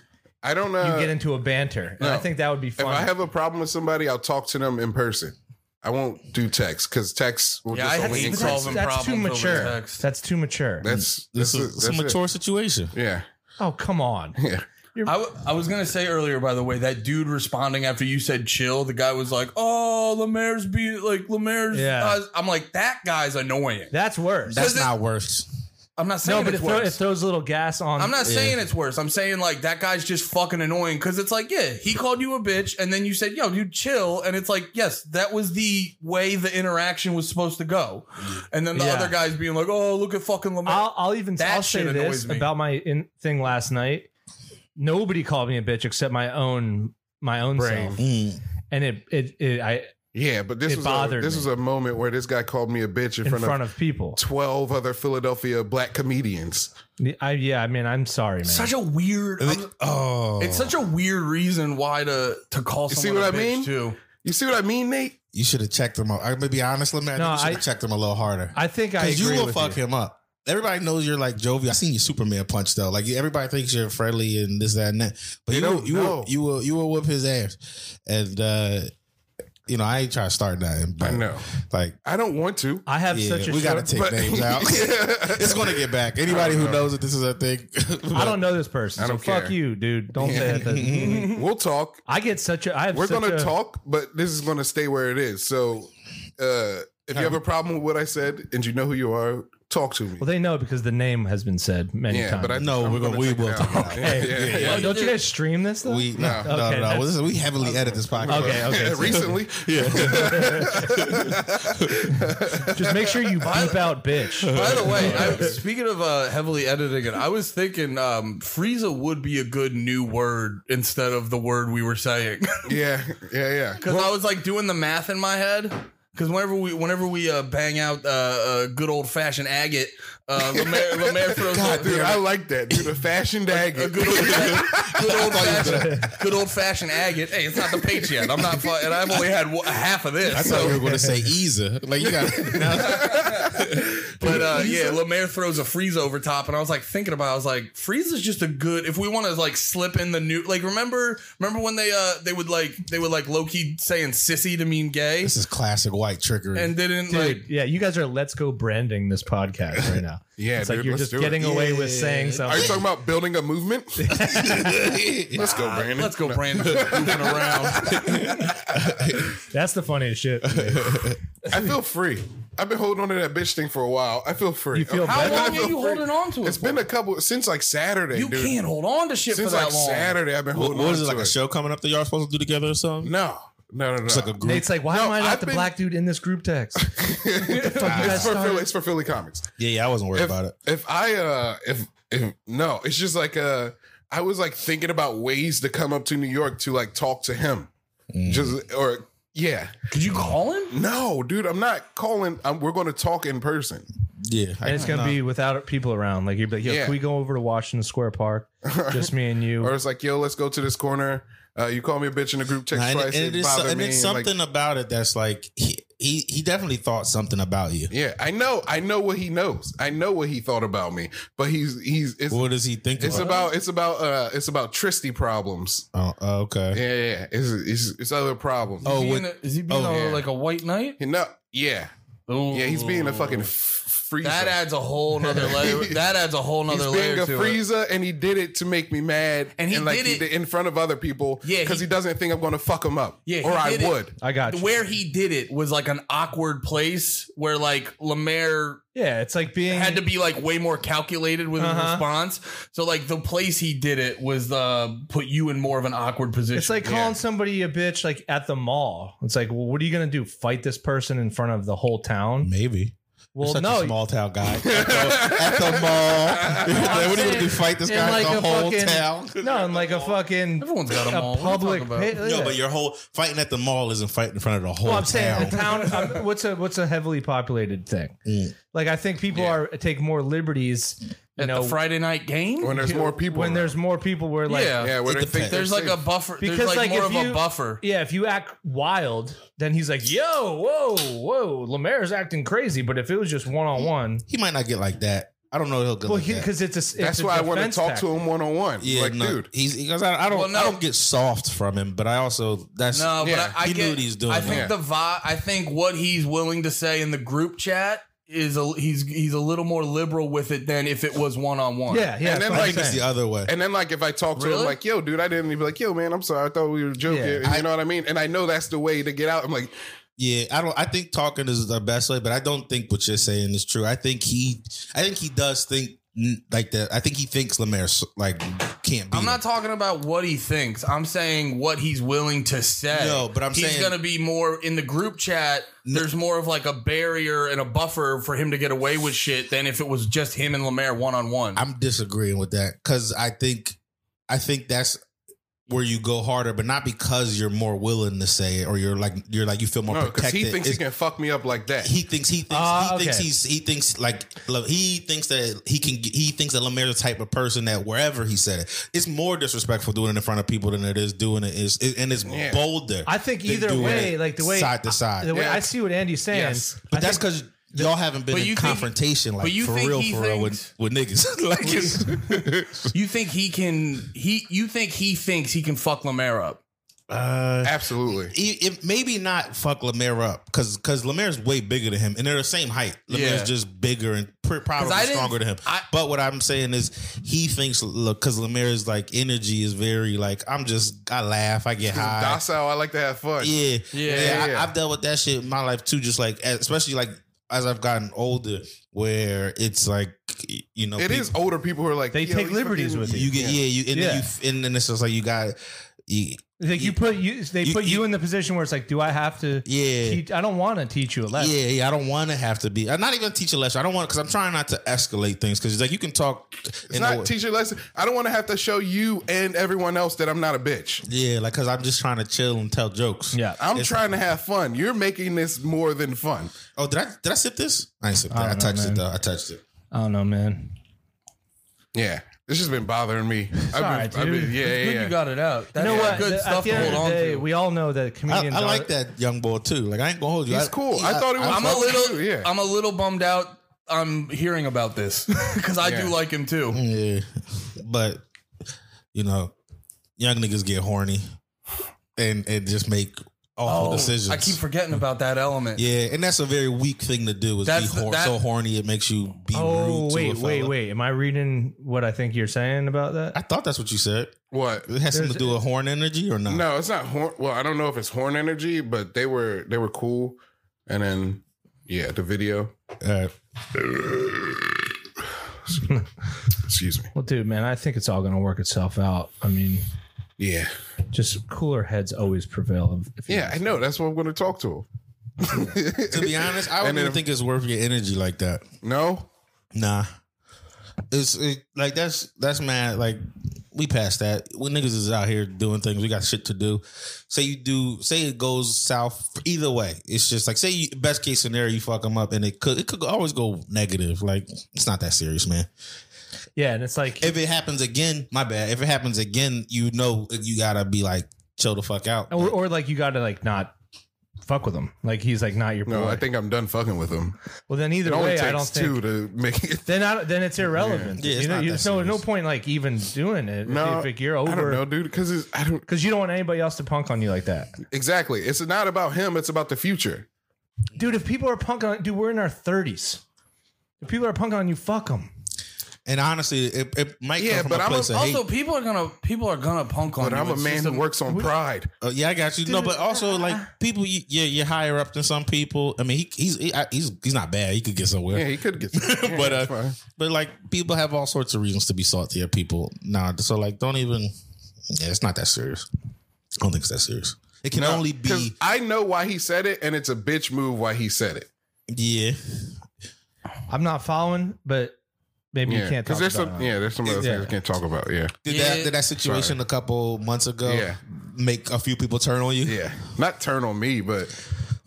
S2: I don't know.
S1: you get into a banter. And I
S2: no.
S1: think that would be
S2: if
S1: fun.
S2: I have a problem with somebody, I'll talk to them in person. I won't do text because text will
S4: Yeah,
S2: just
S4: I
S2: only
S4: hate
S1: But
S2: increase.
S1: that's,
S4: solving
S1: that's too
S4: problems over
S1: mature.
S4: text.
S1: That's too mature.
S2: That's
S5: This
S2: that's, it.
S5: is a
S2: that's
S5: mature situation.
S2: It. Yeah,
S1: oh come on.
S2: yeah.
S4: I, w- I was gonna say earlier, by the way, that dude responding after you said chill, the guy was like, "Oh, Lemaire's be like Lemaire's."
S1: Yeah.
S4: uh," I'm like, that guy's annoying.
S1: That's worse.
S5: That's
S4: it-
S5: not worse.
S4: I'm not saying
S1: no, but
S4: it's
S1: it, throw,
S4: worse.
S1: it throws a little gas on.
S4: I'm not saying it's worse. I'm saying like that guy's just fucking annoying because it's like, yeah, he called you a bitch, and then you said, "Yo, dude, chill," and it's like, yes, that was the way the interaction was supposed to go, and then the
S1: Yeah.
S4: other guy's being like, "Oh, look at fucking Lemaire."
S1: I'll, I'll even
S4: That
S1: I'll say
S4: shit annoys
S1: this
S4: me.
S1: about my in, thing last night. Nobody called me a bitch except my own my own self,
S5: Mm.
S1: and it it, it I
S2: Yeah, but this
S1: It
S2: was
S1: bothered
S2: a, this
S1: me.
S2: was a moment where this guy called me a bitch in,
S1: in
S2: front,
S1: front
S2: of,
S1: of people.
S2: twelve other Philadelphia black comedians.
S1: I yeah, I mean, I'm sorry, man.
S4: such a weird. I'm-
S5: Oh,
S4: It's such a weird reason why to to call
S2: You
S4: someone
S2: see
S4: a
S2: what I
S4: bitch
S2: mean?
S4: too.
S2: You see what I mean, Nate?
S5: you should have checked him out. I'm gonna be honest, man.
S1: No,
S5: you should
S1: I-
S5: have checked him a little harder.
S1: I think I
S5: Because
S1: agree
S5: you will
S1: with
S5: fuck
S1: you.
S5: him up. Everybody knows you're like jovial. I seen you Superman punch though. Like everybody thinks you're friendly and this, that, and that. But
S2: They
S5: you
S2: don't
S5: will, you will,
S2: know.
S5: you will you will whoop his ass. And uh you know, I ain't trying to start nothing. But
S2: I know.
S5: Like
S2: I don't want to.
S1: I have
S5: yeah,
S1: such a
S5: we gotta
S1: short-
S2: but-
S5: take names out. it's gonna get back. Anybody who knows that this is a thing.
S1: I don't know this person.
S2: I
S1: so
S2: don't
S1: fuck
S2: care.
S1: you, dude. Don't say that.
S2: We'll talk.
S1: I get such a. I have
S2: We're
S1: such
S2: gonna
S1: a-
S2: talk, but this is gonna stay where it is. So, uh, if you have a problem with what I said and you know who you are, talk to me.
S1: Well, they know because the name has been said many
S2: yeah,
S1: times.
S2: but I
S5: No,
S2: I'm
S5: we're gonna- we
S2: check it
S5: will
S2: out.
S5: talk about it.
S2: Yeah, yeah,
S1: Hey,
S2: yeah.
S1: oh, don't you guys stream this though?
S5: We no, no,
S1: Okay,
S5: no.
S1: that's-
S5: This is- we heavily edit this podcast.
S1: Okay, okay. so
S2: recently.
S1: just make sure you beep out bitch.
S4: By the way, I, speaking of uh, heavily editing it, I was thinking um, Frieza would be a good new word instead of the word we were saying.
S2: Yeah, yeah, yeah.
S4: Because I was like doing the math in my head. Because whenever we whenever we uh, bang out uh, uh, good old fashioned agate, uh, Lemaire, Lemaire throws
S5: God
S4: a-
S2: Dude, I like that. Dude, a fashion dagger.
S4: a good old, good old fashioned good old fashioned agate. Hey, it's not the page yet. I'm not, fu- and I've only had w- half of this.
S5: I thought you were gonna say Eza. Like you got
S4: But uh, yeah, Lemaire throws a freeze over top, and I was like thinking about. It, I was like, freeze is just a good. If we want to like slip in the new, like remember, remember when they uh they would like they would like low key saying sissy to mean gay,
S5: this is classic white trickery.
S4: and didn't
S1: Dude,
S4: like.
S1: yeah, you guys are let's go branding this podcast right now.
S2: Yeah,
S1: it's like
S2: dude,
S1: you're
S2: let's
S1: just
S2: do it.
S1: getting away with
S5: Yeah.
S1: saying
S2: Are
S1: something.
S2: you talking about building a movement? Let's go, Brandon.
S4: Let's go, Brandon. Goofing around.
S1: That's the funniest shit. to me.
S2: I feel free. I've been holding on to that bitch thing for a while. I feel free.
S1: You feel
S2: How
S1: better?
S2: long
S1: How
S2: I feel free?
S4: on to
S2: It's
S4: for?
S2: been a couple since like Saturday,
S4: you
S2: dude.
S4: can't hold on to shit
S2: since
S4: for that
S2: like
S4: long.
S2: Saturday, I've been
S5: what,
S2: holding
S5: what
S2: on
S5: was it
S2: to
S5: like a show coming up that y'all supposed to do together or something?
S2: No, no, no, no.
S5: It's like a group.
S1: Nate's like, why
S2: No,
S1: am I not
S2: I've
S1: the
S2: been-
S1: black dude in this group text? What the fuck you guys
S2: it's for
S1: started?
S2: Philly. It's for Philly comics.
S5: yeah, yeah, I wasn't worried
S2: if,
S5: about it.
S2: If I uh if if no, it's just like uh I was like thinking about ways to come up to New York to like talk to him.
S5: Mm.
S2: Just or yeah.
S4: Could you call him?
S2: No, dude, I'm not calling. I'm, we're going to talk in person.
S5: Yeah,
S1: And it's gonna be without people around. Like you'd be like, yo,
S2: Yeah.
S1: can we go over to Washington Square Park? Just me and you.
S2: Or it's like, yo, let's go to this corner. Uh, you call me a bitch in a group text
S5: and,
S2: twice.
S5: and
S2: it
S5: it is,
S2: bothered
S5: and
S2: me.
S5: it's
S2: Like,
S5: something about it that's like he, he he definitely thought something about you.
S2: Yeah, I know. I know what he knows. I know what he thought about me. But he's he's it's
S5: What does he think?
S2: it's about it's about uh it's about Tristy problems.
S5: Oh, oh, okay.
S2: Yeah, yeah. yeah. It's it's, it's other problems.
S5: Oh,
S4: Being
S5: with,
S4: a- is he being
S5: oh,
S4: a-
S2: yeah.
S4: like a white knight?
S2: You know, yeah, yeah. He's being a fucking f- freezer.
S4: That adds a whole nother layer. That adds a whole
S2: He's
S4: nother
S2: being
S4: layer
S2: a
S4: to it.
S2: freezer, and he did it to make me mad,
S4: And he
S2: like
S4: did it-
S2: in front of other people,
S4: Yeah,
S2: because he,
S4: he-
S2: doesn't think I'm going to fuck him up,
S4: Yeah, he
S2: or I
S4: did it.
S2: would.
S1: I got you.
S4: Where he did it was like an awkward place where like Lemaire
S1: yeah, it's like being
S4: had to be like way more calculated with his
S1: Uh-huh.
S4: response. So like the place he did it was uh put you in more of an awkward position.
S1: It's like
S2: Yeah.
S1: calling somebody a bitch like at the mall. It's like, well, what are you gonna do? Fight this person in front of the whole town?
S5: Maybe.
S1: Well,
S5: Such
S1: no,
S5: a small town guy at the, at the mall. what are you gonna do? Fight this
S1: In
S5: guy?
S1: like
S5: the
S1: a
S5: whole
S1: fucking-
S5: town?
S1: no, and like a fucking
S4: everyone's got a
S1: a
S4: mall.
S1: public.
S4: What are you talking about?
S1: pa-
S5: No,
S1: yeah.
S5: but your whole fighting at the mall isn't fighting in front of the whole
S1: Well, I'm
S5: town.
S1: saying a town. I'm- what's a what's a heavily populated thing?
S5: Mm.
S1: Like I think people
S2: Yeah.
S1: are take more liberties. You
S4: At
S1: know,
S4: the Friday night game.
S2: When there's more people,
S1: when
S2: around.
S1: there's more people, where like
S4: yeah,
S2: yeah, when they
S5: It
S2: think
S5: depends.
S2: they're
S4: there's like
S2: safe.
S4: a buffer.
S1: Because,
S4: there's like,
S1: like,
S4: more
S1: if
S4: of
S1: you-
S4: a buffer.
S1: Yeah, if you act wild, then he's like, "Yo, whoa, whoa, Lemaire's acting crazy." But if it was just one on one,
S5: he might not get like that. I don't know. if He'll get
S1: well,
S5: like that.
S1: because it's a it's
S2: that's
S1: a
S2: why I want to
S1: defense
S2: talk
S1: tactic.
S2: to him one on one.
S5: Yeah,
S2: Like,
S5: no,
S2: dude,
S5: he's because I, I don't
S4: Well, no.
S5: I don't get soft from him, but I also that's
S4: No,
S2: Yeah.
S4: but I, I
S5: He knew
S4: get,
S5: what he's doing,
S4: I think
S2: yeah.
S4: the vibe. I think what he's willing to say in the group chat is a, he's he's a little more liberal with it than if it was one on one.
S1: Yeah, yeah.
S2: And
S1: that's
S2: then,
S1: what I'm
S2: like,
S5: it's
S1: saying.
S5: the other way.
S2: And then like if I talk to him
S4: Really?
S2: like, yo, dude, I didn't. He'd be like, yo, man, I'm sorry. I thought we were joking.
S1: Yeah.
S2: And you know what I mean? And I know that's the way to get out. I'm like,
S5: Yeah, I don't. I think talking is the best way, but I don't think what you're saying is true. I think he, I think he does think mm, like that. I think he thinks Lemaire like can't be.
S4: I'm not talking about what he thinks. I'm saying what he's willing to say.
S5: No, but I'm
S4: he's
S5: saying-
S4: gonna be more in the group chat.
S5: No.
S4: There's more of like a barrier and a buffer for him to get away with shit than if it was just him and Lemaire one on one.
S5: I'm disagreeing with that because I think, I think that's where you go harder, but not because you're more willing to say it or you're like you're like you feel more
S2: no, because
S5: protected.
S2: he thinks
S5: It's-
S2: he can fuck me up like that.
S5: he thinks he thinks
S1: Ah,
S5: he
S1: okay.
S5: thinks he's he thinks like look, he thinks that he can he thinks that Lemaire's the type of person that wherever he said it, it's more disrespectful doing it in front of people than it is doing it is it, and it's
S2: Yeah.
S5: bolder.
S1: I think
S5: than
S1: either
S5: doing
S1: way,
S5: it
S1: like the way
S5: side to side,
S1: the way
S2: Yeah.
S1: I see what Andy's saying,
S4: Yes.
S5: but
S1: I
S5: that's
S1: think-
S5: because y'all haven't been
S4: But
S5: in
S4: you think-
S5: confrontation like
S4: but you
S5: for
S4: think
S5: real
S4: he
S5: for real with,
S4: thinks-
S5: with niggas. like it's,
S4: you think he can? He you think he thinks he can fuck Lemaire up?
S5: uh,
S2: Absolutely.
S5: it, it- maybe not fuck Lemaire up because because Lemaire's way bigger than him and they're the same height. Lemaire's
S4: Yeah.
S5: just bigger and pr- probably
S4: 'Cause I didn't-
S5: stronger than him.
S4: I-
S5: but what I'm saying is he thinks look because Lemaire's like energy is very like I'm just I laugh I get
S2: He's
S5: high.
S2: docile. I like to have fun.
S5: Yeah,
S4: Yeah,
S2: yeah.
S5: I, I've dealt with that shit in my life too. Just like as- especially like as I've gotten older, where it's like you know
S2: It
S5: people-
S2: is older people who are like
S1: They
S2: yo,
S1: take
S2: you
S1: liberties
S2: fucking-
S1: with
S5: you get yeah, you and
S1: Yeah.
S5: then you and then it's just like you got. You,
S1: like you put you they
S5: You-
S1: put you,
S5: you-
S1: in the position where it's like, do I have to?
S5: Yeah.
S1: teach, I don't want to teach you a lesson.
S5: Yeah, yeah. I don't want to have to be. I'm not even teach a lesson. I don't want because I'm trying not to escalate things because like you can talk.
S2: It's not teacher lesson. I don't want to have to show you and everyone else that I'm not a bitch.
S5: yeah, like because I'm just trying to chill and tell jokes.
S1: Yeah.
S2: I'm trying to have fun. You're making this more than fun.
S5: Oh, did I did I sip this? I ain't sip that. I,
S1: don't know,
S5: touched
S1: man.
S5: it though. I touched it.
S1: I don't know, man.
S2: Yeah. This has been bothering me. I've been,
S1: alright,
S2: I've been-
S1: dude.
S2: yeah,
S4: Good,
S2: yeah,
S4: you
S2: yeah.
S4: got it out.
S1: You
S4: That's
S1: know what?
S4: good
S1: The- at
S4: stuff
S1: the
S4: to
S1: end of
S4: hold
S1: the
S4: on
S1: day,
S4: to.
S1: we all know that
S5: I,
S1: comedians.
S5: I
S1: are-
S5: like that young boy too. Like I ain't gonna hold you.
S2: He's
S5: I-
S2: cool. I, thought he was.
S4: I'm a
S2: fucking
S4: little.
S2: cute, Yeah.
S4: I'm a little bummed out. I'm hearing about this because I do
S2: Yeah.
S4: like him too.
S5: Yeah, but you know, young niggas get horny and and just make
S1: Oh,
S5: awful decisions.
S4: Oh, I keep forgetting about that element.
S5: yeah, and that's a very weak thing to do. Is
S4: That's
S5: be
S4: the-
S5: hor-
S4: that-
S5: so horny it makes you be rude
S1: Oh
S5: to a
S1: wait, wait,
S5: fella.
S1: wait! Am I reading what I think you're saying about that?
S5: I thought that's what you said.
S2: what?
S5: It has something to do with horn energy or not?
S2: No, it's not horn. Well, I don't know if it's horn energy, but they were they were cool. And then yeah, the video.
S5: Uh,
S2: Excuse me.
S1: Well, dude, man, I think it's all going to work itself out. I mean,
S2: Yeah,
S1: just cooler heads always prevail. If you-
S2: yeah, I know. That's what I'm going to talk to him.
S5: to be honest, I
S2: And
S5: wouldn't
S2: then
S5: even
S2: if-
S5: think it's worth your energy like that.
S2: no,
S5: Nah, it's it, like that's that's mad. Like we passed that. We niggas is out here doing things. We got shit to do. Say you do. Say it goes south. Either way, it's just like say you, best case scenario you fuck them up and it could it could always go negative. Like it's not that serious, man.
S1: yeah, and it's like,
S5: If it happens again, my bad. If it happens again, you know you gotta be like chill the fuck out.
S1: or, or like you got to like not fuck with him. Like he's like not your boy.
S2: No, I think I'm done fucking with him.
S1: well, then
S2: It
S1: either
S2: only
S1: way, I
S2: takes
S1: don't think.
S2: two to make it.
S1: Then I, don't- then it's irrelevant.
S5: Yeah, it's
S1: you know,
S5: not
S1: you,
S5: that
S1: so no
S5: serious.
S1: point like even doing it.
S2: No,
S1: if, if you're
S2: I don't know,
S1: over
S2: dude. Because I don't
S1: because you don't want anybody else to punk on you like that,
S2: exactly. It's not about him. It's about the future.
S1: dude. If people are punk on, dude, we're in our thirties. If people are punk on you, fuck them.
S5: And honestly, it, it might
S2: Yeah,
S5: come from
S2: but
S5: a
S2: I'm a-
S5: place of hate.
S4: Also, people are gonna people are gonna punk on.
S2: But
S4: you.
S2: I'm a
S4: It's
S2: man
S4: just
S2: who works on pride.
S5: Uh, yeah, I got you. No, but also like people, you, yeah, you're higher up than some people. I mean, he, he's he, I- he's he's not bad. He could get somewhere.
S2: Yeah, he could get. Yeah,
S5: But, uh,
S2: it's fine.
S5: But like people have all sorts of reasons to be salty at people now. so like, don't even. Yeah, it's not that serious. I don't think it's that serious. It can only
S2: 'Cause
S5: be
S2: I know why he said it, and it's a bitch move why he said it.
S5: yeah.
S1: I'm not following, but maybe you
S2: Yeah,
S1: can't talk
S2: because there's
S1: about
S2: some
S1: it.
S2: yeah, there's some other
S1: Yeah.
S2: things we can't talk about. Yeah,
S5: Did
S4: Yeah.
S5: that did that situation a couple months ago?
S2: Yeah.
S5: make a few people turn on you.
S2: yeah, not turn on me, but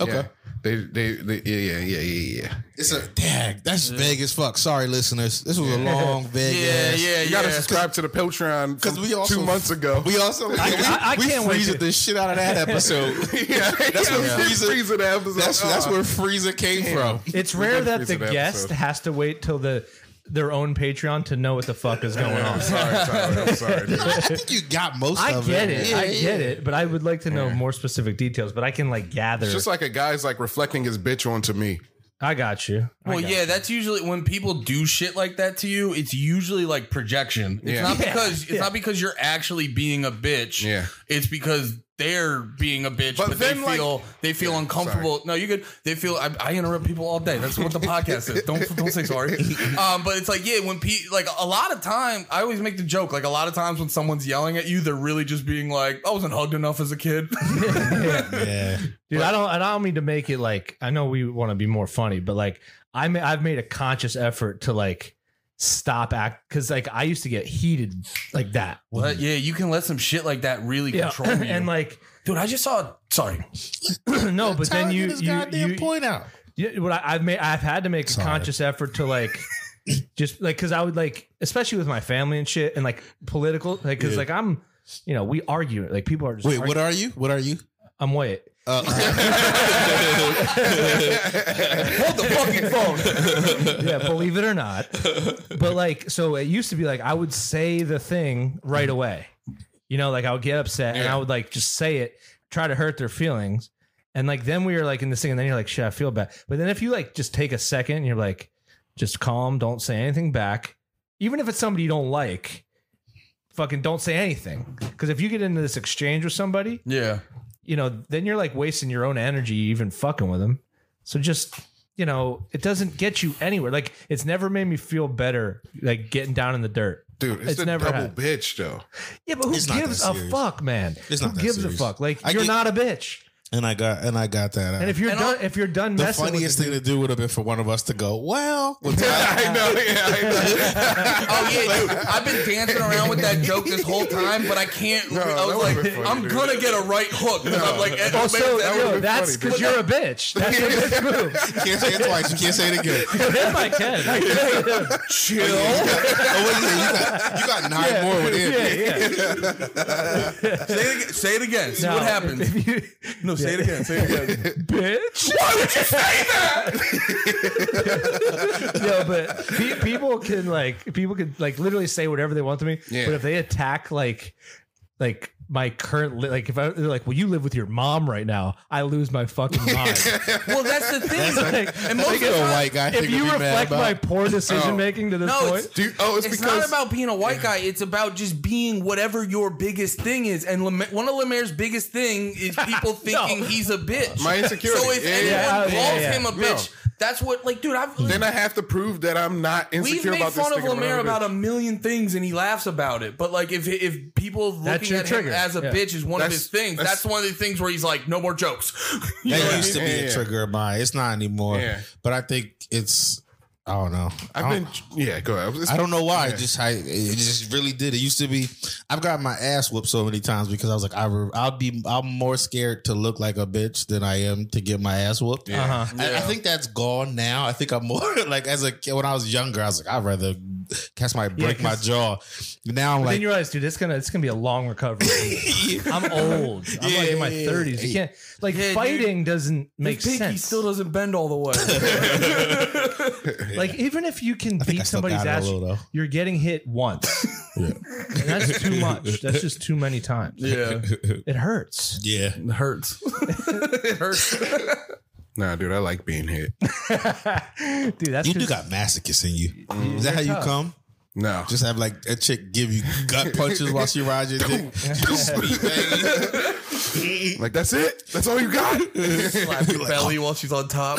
S5: Okay.
S2: yeah. They, they, they, yeah, yeah, yeah, yeah, yeah.
S5: It's a dag. That's vague as fuck. Sorry, listeners. This was a long vague.
S4: Yeah,
S5: ass-
S4: yeah,
S2: You
S4: yeah.
S2: gotta subscribe to the Patreon
S5: Because
S2: from
S5: we also
S2: two months ago.
S5: we also
S1: I- I
S5: we,
S1: can't wait
S5: freezed
S1: to-
S5: the shit out of that episode.
S2: yeah, that's
S5: what Frieza-
S2: the episode.
S5: That's that's
S2: Oh.
S5: where Frieza came from.
S1: It's
S2: We
S1: rare
S2: did
S1: that
S2: freeze
S1: the
S2: an episode.
S1: guest has to wait till the their own Patreon to know what the fuck is going
S2: I'm
S1: on.
S2: sorry, Tyler. I'm sorry. dude.
S5: I think you got most
S1: I
S5: of
S1: get
S5: it.
S1: it. I get it. But I would like to know more specific details. But I can like gather.
S2: Just like a guy's like reflecting his bitch onto me.
S1: I got you. I
S4: Well,
S1: got
S4: Oh, yeah, that's usually when people do shit like that to you. It's usually like projection. It's
S2: Yeah.
S4: not
S1: Yeah.
S4: because it's
S1: Yeah.
S4: not because you're actually being a bitch.
S2: Yeah.
S4: it's because they're being a bitch,
S2: But
S4: but,
S2: then,
S4: they
S2: like-
S4: feel they feel uncomfortable. No, you could. They feel I, I interrupt people all day. That's what the podcast is. Don't don't say sorry. Um, but it's like yeah, when pe like a lot of time, I always make the joke. Like a lot of times when someone's yelling at you, they're really just being like, I wasn't hugged enough as a kid.
S5: Yeah.
S1: Dude, I don't. I don't mean to make it like. I know we want to be more funny, but like, I ma- I've made a conscious effort to like stop act because like I used to get heated like that.
S4: but yeah, you can let some shit like that really
S1: Yeah,
S4: control you.
S1: and like
S4: Dude, I just saw. Sorry,
S1: no, but
S5: Tyler,
S1: then you
S5: get his
S1: you,
S5: goddamn
S1: you,
S5: point out.
S1: Yeah, what I, I've made, I've had to make a
S5: Sorry.
S1: conscious effort to like, just like, cause I would like, especially with my family and shit, and like political, like, cause like I'm, you know, we argue, like people are just.
S5: Wait,
S1: argu-
S5: what are you? What are you?
S1: I'm wait.
S5: Uh,
S4: hold the fucking phone.
S1: Yeah, believe it or not, but like, so it used to be like I would say the thing right away, you know, like I would get upset and I would like just say it, try to hurt their feelings, and like then we were like in this thing, and then you're like, shit, I feel bad. But then if you like just take a second, and you're like, just calm, don't say anything back, even if it's somebody you don't like. Fucking don't say anything because if you get into this exchange with somebody,
S4: Yeah.
S1: you know, then you're like wasting your own energy even fucking with them. So just, you know, it doesn't get you anywhere. Like it's never made me feel better like getting down in the dirt.
S2: Dude, it's,
S1: It's
S2: the
S1: never
S2: double
S1: happened.
S2: bitch though.
S1: Yeah, but who
S5: It's not that
S1: gives a
S5: serious.
S1: fuck, man?
S5: It's not
S1: who
S5: that
S1: gives
S5: serious.
S1: a fuck? Like
S5: I
S1: you're
S5: get-
S1: not a bitch.
S5: and I got and I got that. Out.
S1: And if you're
S4: And
S1: done if you're done
S5: the
S1: messing
S5: funniest
S1: with
S5: thing to do would have been for one of us to go, well, with Tyler.
S2: I know, yeah,
S4: Oh yeah, dude. I've been dancing around with that joke this whole time, but I can't.
S2: No,
S4: I
S2: that
S4: was
S2: would've
S4: like,
S2: been funny,
S4: I'm
S2: dude.
S4: gonna get a right hook. 'cause I'm like, eh,
S1: also,
S4: man,
S1: that
S4: that would've
S1: Oh, yo,
S4: been
S1: that's
S2: funny,
S1: because you're a bitch. That's your bitch move.
S5: can't say it twice. You can't say it again.
S1: If I can, I can.
S5: Oh, wait, yeah, you, got, you got nine more with it.
S1: Yeah, yeah.
S4: say, it, ag- say it again. See
S1: No,
S4: what happens.
S1: if you-
S4: no, say it again. Say it again.
S1: bitch. Why would you say that? no, but pe- people can like people can like literally say whatever they want to me.
S2: Yeah.
S1: But if they attack like like my current li- like if I, they're like, well, you live with your mom right now, I lose my fucking mind.
S4: well, that's the thing.
S1: like,
S4: and
S5: I
S4: most
S5: think
S4: of the
S5: a
S4: time-
S5: white guy.
S1: if
S5: thing
S1: you
S5: would be mad
S1: reflect
S5: about.
S1: my poor decision making to this
S4: No,
S1: point,
S4: it's-
S2: Dude, oh, it's,
S4: it's
S2: because
S4: not about being a white guy. It's about just being whatever your biggest thing is. And Lem- one of Lemaire's biggest thing is people thinking he's a bitch.
S2: My insecurity.
S4: So if
S2: Yeah, yeah,
S4: anyone
S1: yeah.
S4: calls
S1: Yeah, yeah, yeah.
S4: him a bitch, that's what. Like, dude, I've
S2: then I have to prove that I'm not
S4: We've
S2: insecure
S4: made
S2: about this
S4: fun of
S2: thing.
S4: Lemaire about a million things, and he laughs about it. But like, if if people
S1: That's
S4: looking
S1: your
S4: at
S1: trigger.
S4: him as a
S1: Yeah.
S4: bitch is one
S2: That's-
S4: of his things,
S2: that's-
S4: that's, one of the things where he's like, no more jokes. You know what I
S5: That
S4: mean?
S5: used to be
S2: Yeah,
S5: a
S2: yeah.
S5: trigger of mine. It's not anymore.
S2: Yeah.
S5: But I think it's I don't know. I
S2: I've
S5: don't-
S2: been. Yeah, go ahead. It's-
S5: I don't know why. It just I, it just really did. It used to be. I've got my ass whooped so many times because I was like, I re, I'll be. I'm more scared to look like a bitch than I am to get my ass whooped.
S1: Uh-huh.
S5: I, I think that's gone now. I think I'm more like as a kid when I was younger. I was like, I'd rather catch my break my
S1: 'cause-
S5: jaw. Now I'm
S1: But
S5: like,
S1: then you realize, dude, it's gonna it's gonna be a long recovery. I'm old. I'm like in my
S5: Yeah.
S1: thirties. You can't like
S4: Yeah, dude.
S1: fighting doesn't make
S4: pinky
S1: sense.
S4: still doesn't bend all the way.
S1: like even if you can
S5: think I
S1: beat
S5: still
S1: somebody's
S5: got it a
S1: ass,
S5: little, though.
S1: you're getting hit once, and that's too much. That's just too many times.
S4: yeah,
S1: It hurts.
S5: yeah,
S4: it hurts. it hurts.
S2: Nah, dude, I like being hit.
S1: dude, that's
S5: you do
S1: 'cause-
S5: got masochist in you. Is that how you come?
S2: No,
S5: Just have like a chick give you gut punches while she rides your dick.
S2: like that's it. That's all you got.
S4: Slap your belly while she's on top.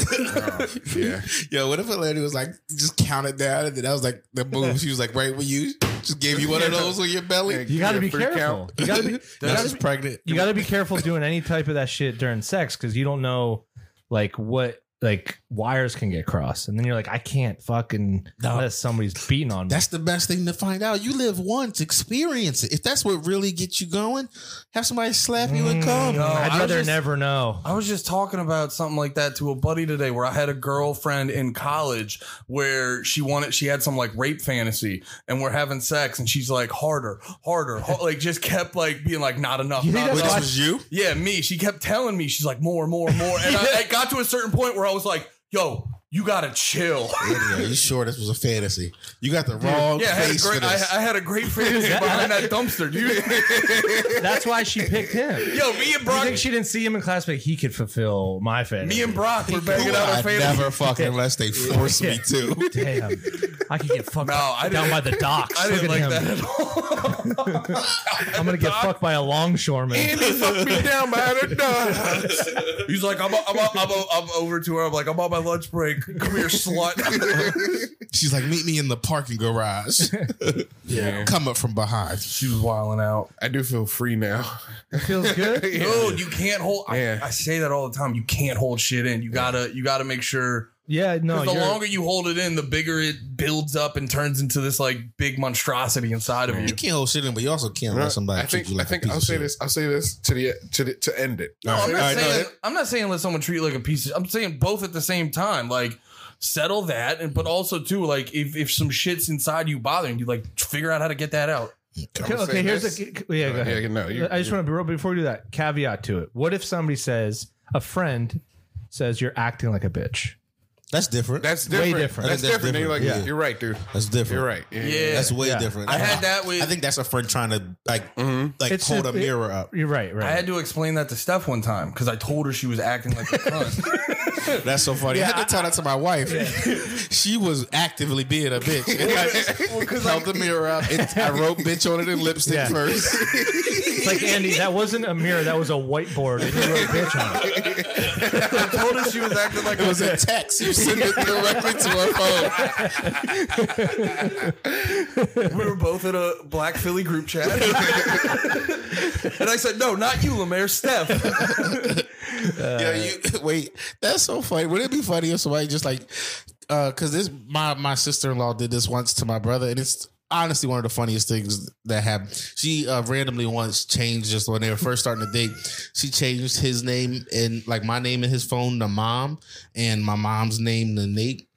S2: yeah,
S5: Yo, what if a lady was like just counted down and then that was like the move? She was like right when you just gave you one of those with your belly.
S1: You got to
S2: Yeah,
S1: be
S2: free
S1: careful.
S2: count.
S1: You got to be.
S5: Now she's pregnant.
S1: You got to be careful doing any type of that shit during sex because you don't know, like what like wires can get crossed, and then you're like, I can't fucking unless somebody's beating on me.
S5: That's the best thing to find out. You live once, experience it. If that's what really gets you going, have somebody slap you and come.
S4: Mm, no. I
S1: Mm, I'd
S4: was
S1: rather
S4: just-
S1: never know.
S4: I was just talking about something like that to a buddy today where I had a girlfriend in college where she wanted, she had some like rape fantasy and we're having sex and she's like harder, harder, har- like just kept like being like, not enough.
S1: You think
S4: not
S1: that's
S4: enough.
S5: Wait, this was you?
S4: Yeah, me. She kept telling me, she's like, more, more, more. And I, it got to a certain point where I was like, yo, you gotta chill.
S5: Yeah, you sure this was a fantasy? You got the wrong
S4: Yeah, I had a
S5: face for
S4: great, I,
S5: this.
S4: I had a great fantasy behind that dumpster, dude.
S1: That's why she picked him.
S4: Yo, me and
S1: I
S4: Brock,
S1: think she didn't see him in class, but he could fulfill my fantasy.
S4: me and Brock were banging
S5: Ooh,
S4: out our
S5: I'd
S4: fantasy.
S5: never fucking unless they force me to.
S1: Damn, I could get fucked
S4: No,
S1: up
S4: I
S1: down
S4: didn't-
S1: by the docks.
S4: I
S1: Look
S4: didn't
S1: at
S4: like
S1: him.
S4: that at all.
S1: I'm gonna get fucked by a longshoreman.
S2: and he fucked me down by the dog.
S4: He's like, I'm, I'm, I'm, I'm, I'm over to her. I'm like, I'm on my lunch break. Come here, slut.
S5: She's like, meet me in the parking garage.
S2: Yeah,
S5: Come up from behind.
S4: she was wilding out.
S2: I do feel free now.
S1: Feels good.
S4: Dude, you can't hold. I,
S2: Yeah.
S4: I say that all the time. You can't hold shit in. You gotta, you gotta make sure.
S1: Yeah, no.
S4: 'cause the
S1: you're-
S4: longer you hold it in, the bigger it builds up and turns into this like big monstrosity inside of you.
S5: You can't hold shit in, but you also can't let somebody
S2: I think,
S5: treat you like
S2: I think
S5: a piece
S2: I'll
S5: of
S2: say
S5: shit.
S2: this. I'll say this to the to the, to end it.
S4: No, I'm not
S5: Alright, alright, no,
S4: saying I'm not saying let someone treat you like a piece of I'm saying both at the same time. Like settle that and but also too, like if, if some shit's inside you bothering you, like figure out how to get that out.
S1: Okay,
S2: I'ma
S1: okay
S2: say
S1: here's
S2: this.
S1: a
S4: Oh,
S1: yeah. Go
S2: Yeah,
S1: ahead.
S2: no, you-
S1: I just want to be real before we do that caveat to it. What if somebody says a friend says you're acting like a bitch?
S5: That's different.
S2: That's different.
S1: different.
S2: That's,
S5: I think that's
S2: different. You're like,
S5: different, yeah.
S2: you're right, dude.
S5: That's different.
S2: You're right. Yeah.
S4: Yeah.
S5: That's way
S1: Yeah.
S5: different.
S4: I had that with-
S5: I think that's a friend trying to like
S2: Mm-hmm.
S5: like
S1: It's
S5: hold a,
S1: just- it-
S5: mirror up.
S1: You're right, right.
S4: I had to explain that to Steph one time because I told her she was acting like a cunt.
S5: That's so funny. I had to tell that to my wife. she was actively being a bitch. And I just held the mirror up. And I wrote bitch on it in lipstick
S1: Yeah.
S5: first.
S1: It's like Andy, that wasn't a mirror, that was a whiteboard. And you wrote bitch on it.
S4: I told her she was acting like
S5: It
S4: a
S5: was a text. You sent it directly to her phone.
S4: We were both in a Black Philly group chat. and I said, No, not you, Lemaire, Steph.
S5: Yeah, you wait. That's so funny. Would it be funny if somebody just like, uh, cause this my my sister in law did this once to my brother, and it's honestly one of the funniest things that happened. She uh, randomly once changed just when they were first starting to date. She changed his name and like my name and his phone to mom, and my mom's name to Nate.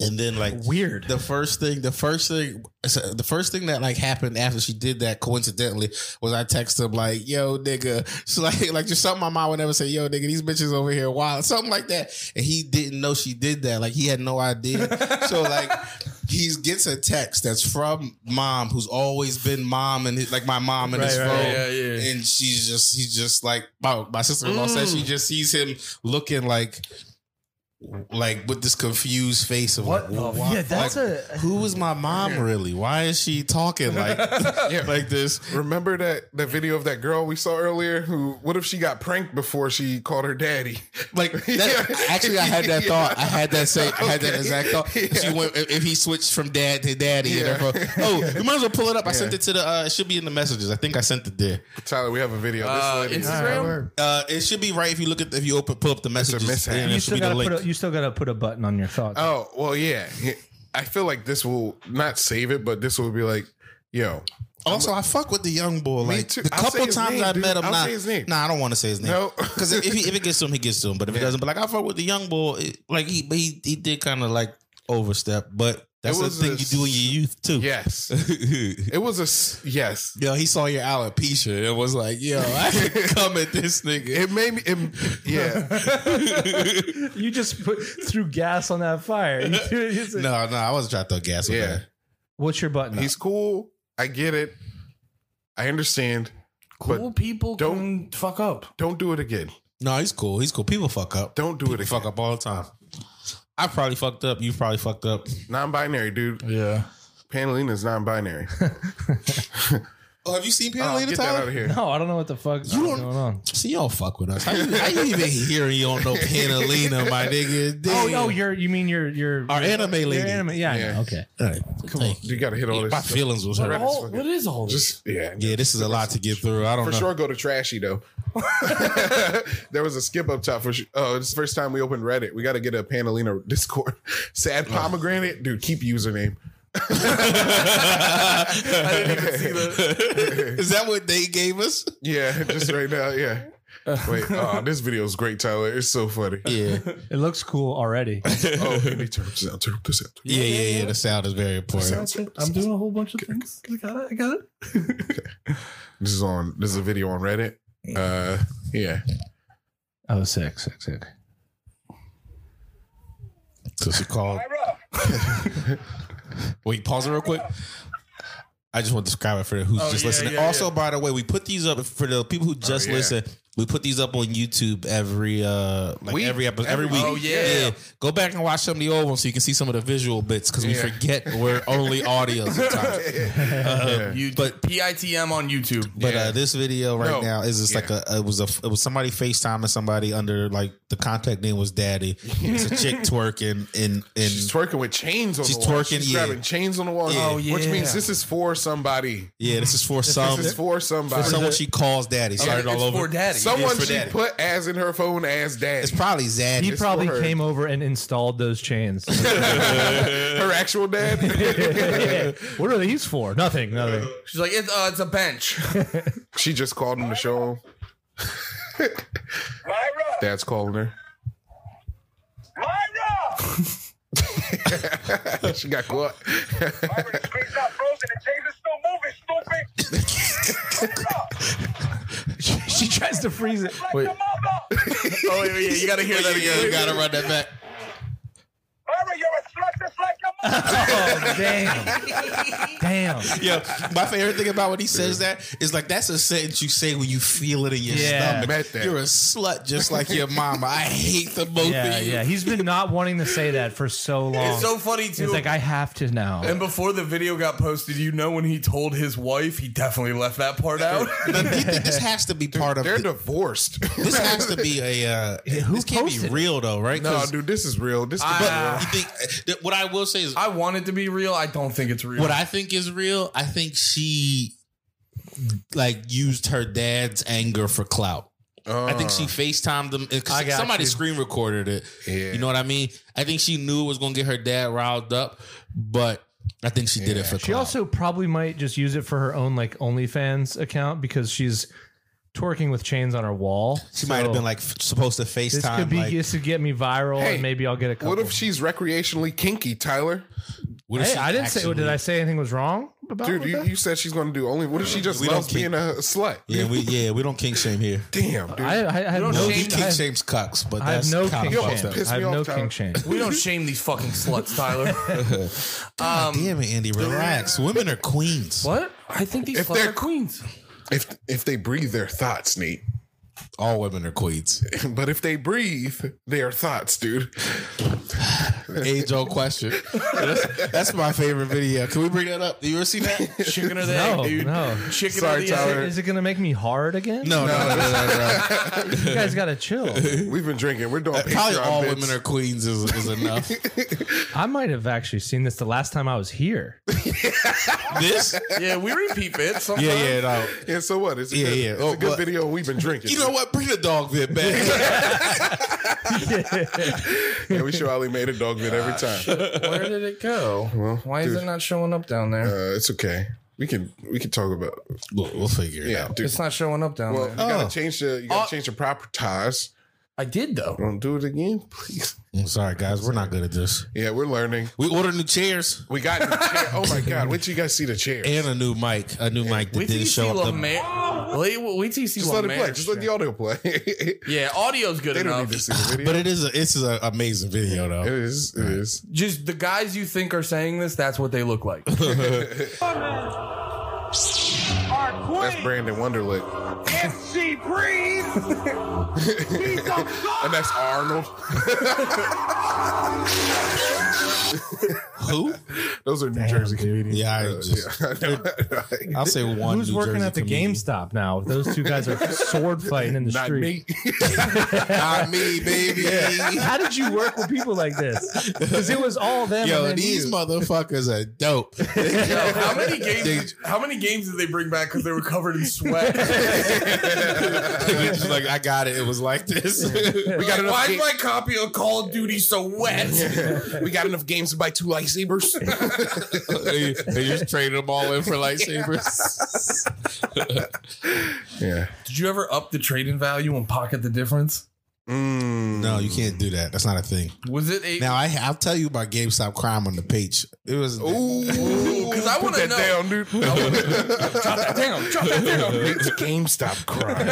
S5: And then like
S1: Weird.
S5: the first thing, the first thing, so the first thing that like happened after she did that coincidentally was I texted him like, "Yo, nigga," so like like just something my mom would never say, "Yo, nigga, these bitches over here wild," something like that, and he didn't know she did that, like he had no idea. so like he gets a text that's from mom, who's always been mom and his, like my mom and his
S1: Right,
S5: phone,
S1: right,
S4: yeah, yeah.
S5: and she's just he's just like my, my sister-in-law says
S1: Mm.
S5: she just sees him looking like like with this confused face of
S1: What
S5: like,
S1: the-
S5: why-
S1: yeah, that's
S5: like,
S1: a-
S5: who is my mom really why is she talking like like this
S2: Remember that that video of that girl we saw earlier? Who? What if she got pranked before she called her daddy?
S5: like that,
S2: Yeah.
S5: actually I had that thought I had that same I had that
S2: Okay.
S5: exact thought she
S2: Yeah.
S5: went if if he switched from dad to daddy and
S2: Yeah.
S5: her phone- oh you might as well pull it up I sent it to the uh, it should be in the messages I think I sent it there
S2: Tyler, we have a video. This
S4: Uh,
S2: lady-
S4: Instagram?
S5: uh, it should be right if you look at if you open pull up the messages
S2: mishap.
S5: and it
S1: You still,
S5: should be the
S1: gotta
S5: link
S4: Oh.
S1: put a, you still gotta put a button on your thoughts.
S2: Oh well, yeah. I feel like this will not save it, but this will be like, yo,
S5: Also, I fuck with the young boy.
S2: Me
S5: Like
S2: too.
S5: the
S2: I'll say
S5: couple
S2: his
S5: times
S2: name,
S5: I
S2: dude.
S5: met him,
S2: I'll
S5: nah,
S2: say his name.
S5: nah, I don't want to say his name.
S2: No.
S5: because if, he- if it gets to him, he gets to him. But if it doesn't, but like I fuck with the young boy. It, like he, but he, he did kind of like overstep. But that's the
S2: was
S5: thing
S2: a
S5: you do in your youth too.
S2: yes, it was a s- yes.
S3: Yo, he saw your alopecia and was like, "Yo, I can come at this nigga."
S2: It made me, it, yeah.
S1: You just put threw gas on that fire. You threw- you said-
S5: No, no, I wasn't trying to throw gas. on
S2: Yeah.
S5: that.
S1: What's your button?
S2: He's cool. I get it. I understand.
S4: Cool people
S2: don't-
S4: don't fuck up.
S2: Don't do it again.
S5: no, he's cool. He's cool. People fuck up.
S2: Don't do it again.
S5: fuck up all the time. I probably fucked up. You probably fucked up.
S2: Non-binary, dude.
S4: Yeah.
S2: Panelina's non-binary.
S5: Oh, have you seen
S2: Oh, get that out of here.
S1: no, I don't know what the fuck is
S5: don't-
S1: going on.
S5: See, y'all fuck with us. How you, how you even hear you don't know Panalina, my nigga?
S1: Oh,
S5: Damn.
S1: no, you're you mean your your
S5: Our anime
S1: your
S5: lady.
S1: anime? Yeah, I know.
S2: Yeah.
S1: okay.
S5: All right. Thank you.
S2: You got to hit all this.
S5: My
S2: stuff.
S5: feelings was hurt.
S2: All-
S4: what is all this?
S2: Just yeah.
S5: Yeah, this is a lot to get through. I don't
S2: For
S5: know.
S2: sure, go to trashy though. there was a skip up top for sure. Oh, it's the first time we opened Reddit. We got to get a Panelina Discord. Sad pomegranate, dude. Keep username.
S4: I didn't even see that.
S5: is that what they gave us?
S2: Yeah, just right now. Yeah. Wait. Oh, this video is great, Tyler. It's so funny.
S5: Yeah.
S1: It looks cool already.
S2: Oh, let me turn this out. Turn this out.
S5: Yeah, yeah, yeah. The sound is very important.
S2: Sounds-
S4: I'm doing a whole bunch of things. I got it. I got it.
S2: This is on. This is a video on Reddit. Uh, yeah.
S1: Oh, sick, sick, sick.
S5: So she called. Wait, pause it real quick. I just want to describe it for who's just
S4: yeah,
S5: listening.
S4: yeah,
S5: also, by the way, we put these up for the people who just
S2: yeah.
S5: listen. We put these up on YouTube every uh like
S2: Week?
S5: every episode every
S2: Every-
S5: week.
S4: oh, yeah.
S5: Go back and watch some of the old ones so you can see some of the visual bits because we
S2: Yeah.
S5: forget we're only audio sometimes.
S2: Yeah.
S4: Uh, You,
S5: But-
S4: but PITM on YouTube.
S5: But
S2: Yeah.
S5: uh, this video right
S2: No.
S5: now is just like a it was a it was somebody FaceTiming somebody under like the contact name was Daddy. It's a chick twerking and and
S2: She's twerking with chains on
S5: She's
S2: the wall.
S5: twerking,
S2: she's
S5: yeah.
S2: grabbing chains on the wall.
S5: Yeah. Oh,
S2: Which
S4: yeah.
S2: means this is for somebody.
S5: yeah, this is for some
S2: This is for
S5: Um, for
S2: somebody.
S5: someone she calls Daddy. Started
S4: it's
S5: all over.
S4: for daddy.
S2: Someone
S5: It's for
S2: she
S5: daddy.
S2: put as in her phone as dad.
S5: It's probably Zaddy.
S1: He
S2: It's
S1: probably
S2: for her.
S1: came over and installed those chains.
S2: her actual dad.
S1: what are these for? Nothing. Nothing.
S4: She's like, it's, uh, it's a bench.
S2: she just called him to show him. Dad's calling her.
S6: Myra!
S2: She got caught.
S5: Oh,
S6: Myra, the screen's not frozen. The chains are still moving, stupid.
S1: she tries to freeze it.
S6: Like your mother.
S4: oh, yeah, yeah. You got to hear that again.
S5: you gotta run that back.
S6: Myra, you're a slut just like your mother.
S1: Oh damn! Damn.
S5: Yeah, my favorite thing about when he says that is like that's a sentence you say when you feel it in your
S1: Yeah.
S5: stomach.
S2: Bet that.
S5: You're a slut just like your mama. I hate the both
S1: Yeah,
S5: of you.
S1: yeah. He's been not wanting to say that for so long.
S4: It's so funny, too.
S1: He's like, I have to now.
S4: and before the video got posted, you know when he told his wife, he definitely left that part out.
S5: Now, do you think this has to be part of
S2: They're
S5: the,
S2: divorced.
S5: this has to be a uh,
S1: who
S5: this can't be
S1: posted it?
S5: real though, right?
S2: no,
S5: 'Cause-
S2: dude, this is real. This is
S5: But
S4: Ah.
S5: you think th- what I will say is
S4: I want it to be real. I don't think it's real.
S5: what I think is real. I think she like used her dad's anger for clout.
S2: real.
S5: I think she FaceTimed him. 'cause
S1: Uh. I got
S5: somebody
S1: you.
S5: screen recorded it.
S2: Yeah.
S5: You know what I mean? I think she knew it was going to get her dad riled up, but I think she did it for
S1: She
S5: clout.
S1: also probably might just use it for her own like OnlyFans account because she's twerking with chains on her wall.
S5: she might have been like f- supposed to
S1: This
S5: FaceTime.
S1: could be
S5: like,
S1: this could get me viral,
S2: Hey,
S1: and maybe I'll get a couple.
S2: What if she's recreationally kinky, Tyler?
S5: what if
S1: hey,
S5: she
S1: I didn't say.
S5: actually-
S1: Did I say anything was wrong about
S2: Dude,
S1: with
S2: you,
S1: that?
S2: you said she's going to do only. What if she just
S5: We don't
S2: loves
S5: kink.
S2: being a slut?
S5: Yeah, we yeah we don't king shame here.
S2: Damn, dude.
S1: I, I, I have
S4: don't
S1: no
S4: shame
S5: He
S1: kink
S4: that.
S5: king
S1: shame.
S5: shames cucks, but
S1: I have
S5: that's
S1: no
S5: kind
S1: kink
S5: of
S2: almost
S5: fucked up.
S1: shame.
S2: pissed
S1: I
S2: me
S1: have
S2: off,
S1: no
S2: Tyler.
S1: kink shame.
S4: we don't shame these fucking sluts, Tyler. Um,
S5: God damn it, Andy, relax. Women are queens.
S4: what? I think these
S2: If
S4: sluts
S2: they're-
S4: are queens.
S2: if if they breathe their thoughts, Nate.
S5: All women are queens.
S2: But if they breathe their thoughts, dude.
S5: Age old question. That's, that's my favorite video. Can we bring that up? You ever seen that?
S4: Chicken or the
S1: No,
S4: egg, dude.
S1: no.
S4: Chicken or
S2: Sorry,
S4: the egg.
S2: Tyler.
S1: Is it gonna make me hard again?
S5: No, no, no, no, no. no.
S1: you guys gotta chill.
S2: We've been drinking. We're doing
S5: Probably
S2: Patreon
S5: all
S2: bits.
S5: women are queens is, is enough.
S1: I might have actually seen this the last time I was here.
S5: this?
S4: Yeah, we repeat it sometimes.
S5: Yeah, yeah, no.
S2: Yeah, so what? It's a
S5: Yeah,
S2: good,
S5: yeah.
S2: It's
S5: Oh,
S2: a good
S5: but-
S2: video. We've been drinking.
S5: You know what? Bring the dog bit back.
S2: yeah, we sure Ali made a dog vid every time.
S4: Where did it go?
S2: Well,
S4: Why is
S2: dude,
S4: it not showing up down there?
S2: Uh, it's okay. We can we can talk about
S5: We'll, we'll figure it
S2: yeah.
S5: out.
S2: Dude,
S4: it's not showing up down
S2: well, you
S4: there.
S5: Oh.
S2: gotta change the you gotta
S4: Oh.
S2: change the proper ties.
S4: I did though.
S2: Don't do it again, please.
S5: I'm sorry, guys. We're not good at this.
S2: Yeah, we're learning.
S5: We ordered new chairs
S2: We got the chair. Oh my god, wait till you guys see the chair.
S5: and a new mic. A new mic that
S4: Wait till
S5: didn't
S4: you see
S5: show up.
S4: La
S5: the-
S4: Mer- Wait, wait till you see
S2: Just
S4: La
S2: let it play.
S4: Mer-
S2: Just let the audio play. they
S4: Yeah, audio's good
S2: don't
S4: enough.
S2: need to see the video.
S5: But it is a, it's an amazing video though.
S2: it is. It is.
S4: Just the guys you think are saying this, that's what they look like.
S6: Our
S2: That's
S6: queen,
S2: Brandon Wonderlick,
S6: if she breathes, she's a god.
S2: and that's Arnold.
S5: Who?
S2: Those are New Jersey comedians.
S5: Yeah, I just, I'll say one.
S1: Who's
S5: New
S1: working
S5: Jersey
S1: at the
S5: comedian.
S1: GameStop now? If those two guys are sword fighting in the
S2: Not
S1: street.
S2: me.
S3: Not me, baby.
S1: How did you work with people like this? Because it was all them. and
S5: Yo,
S1: then
S5: these
S1: you.
S5: motherfuckers are dope.
S4: Yo, how many games? Did, how many games did they bring back because they were covered in sweat?
S5: It's just like I got it. It was like this.
S4: we got Why is my copy of Call of Duty so wet?
S2: we got enough games to buy two lightsabers.
S5: they, they just traded them all in for lightsabers.
S2: yeah.
S4: Did you ever up the trading value and pocket the difference?
S2: Mm.
S5: No, you can't do that. That's not a thing.
S4: Was it a?
S5: Now I, I'll tell you about GameStop crime on the page. It was.
S2: Ooh,
S4: 'Cause I
S2: Put
S4: wanna
S2: that
S4: know.
S2: Down, dude.
S4: Oh, drop that down. Drop that down.
S2: it's GameStop crime.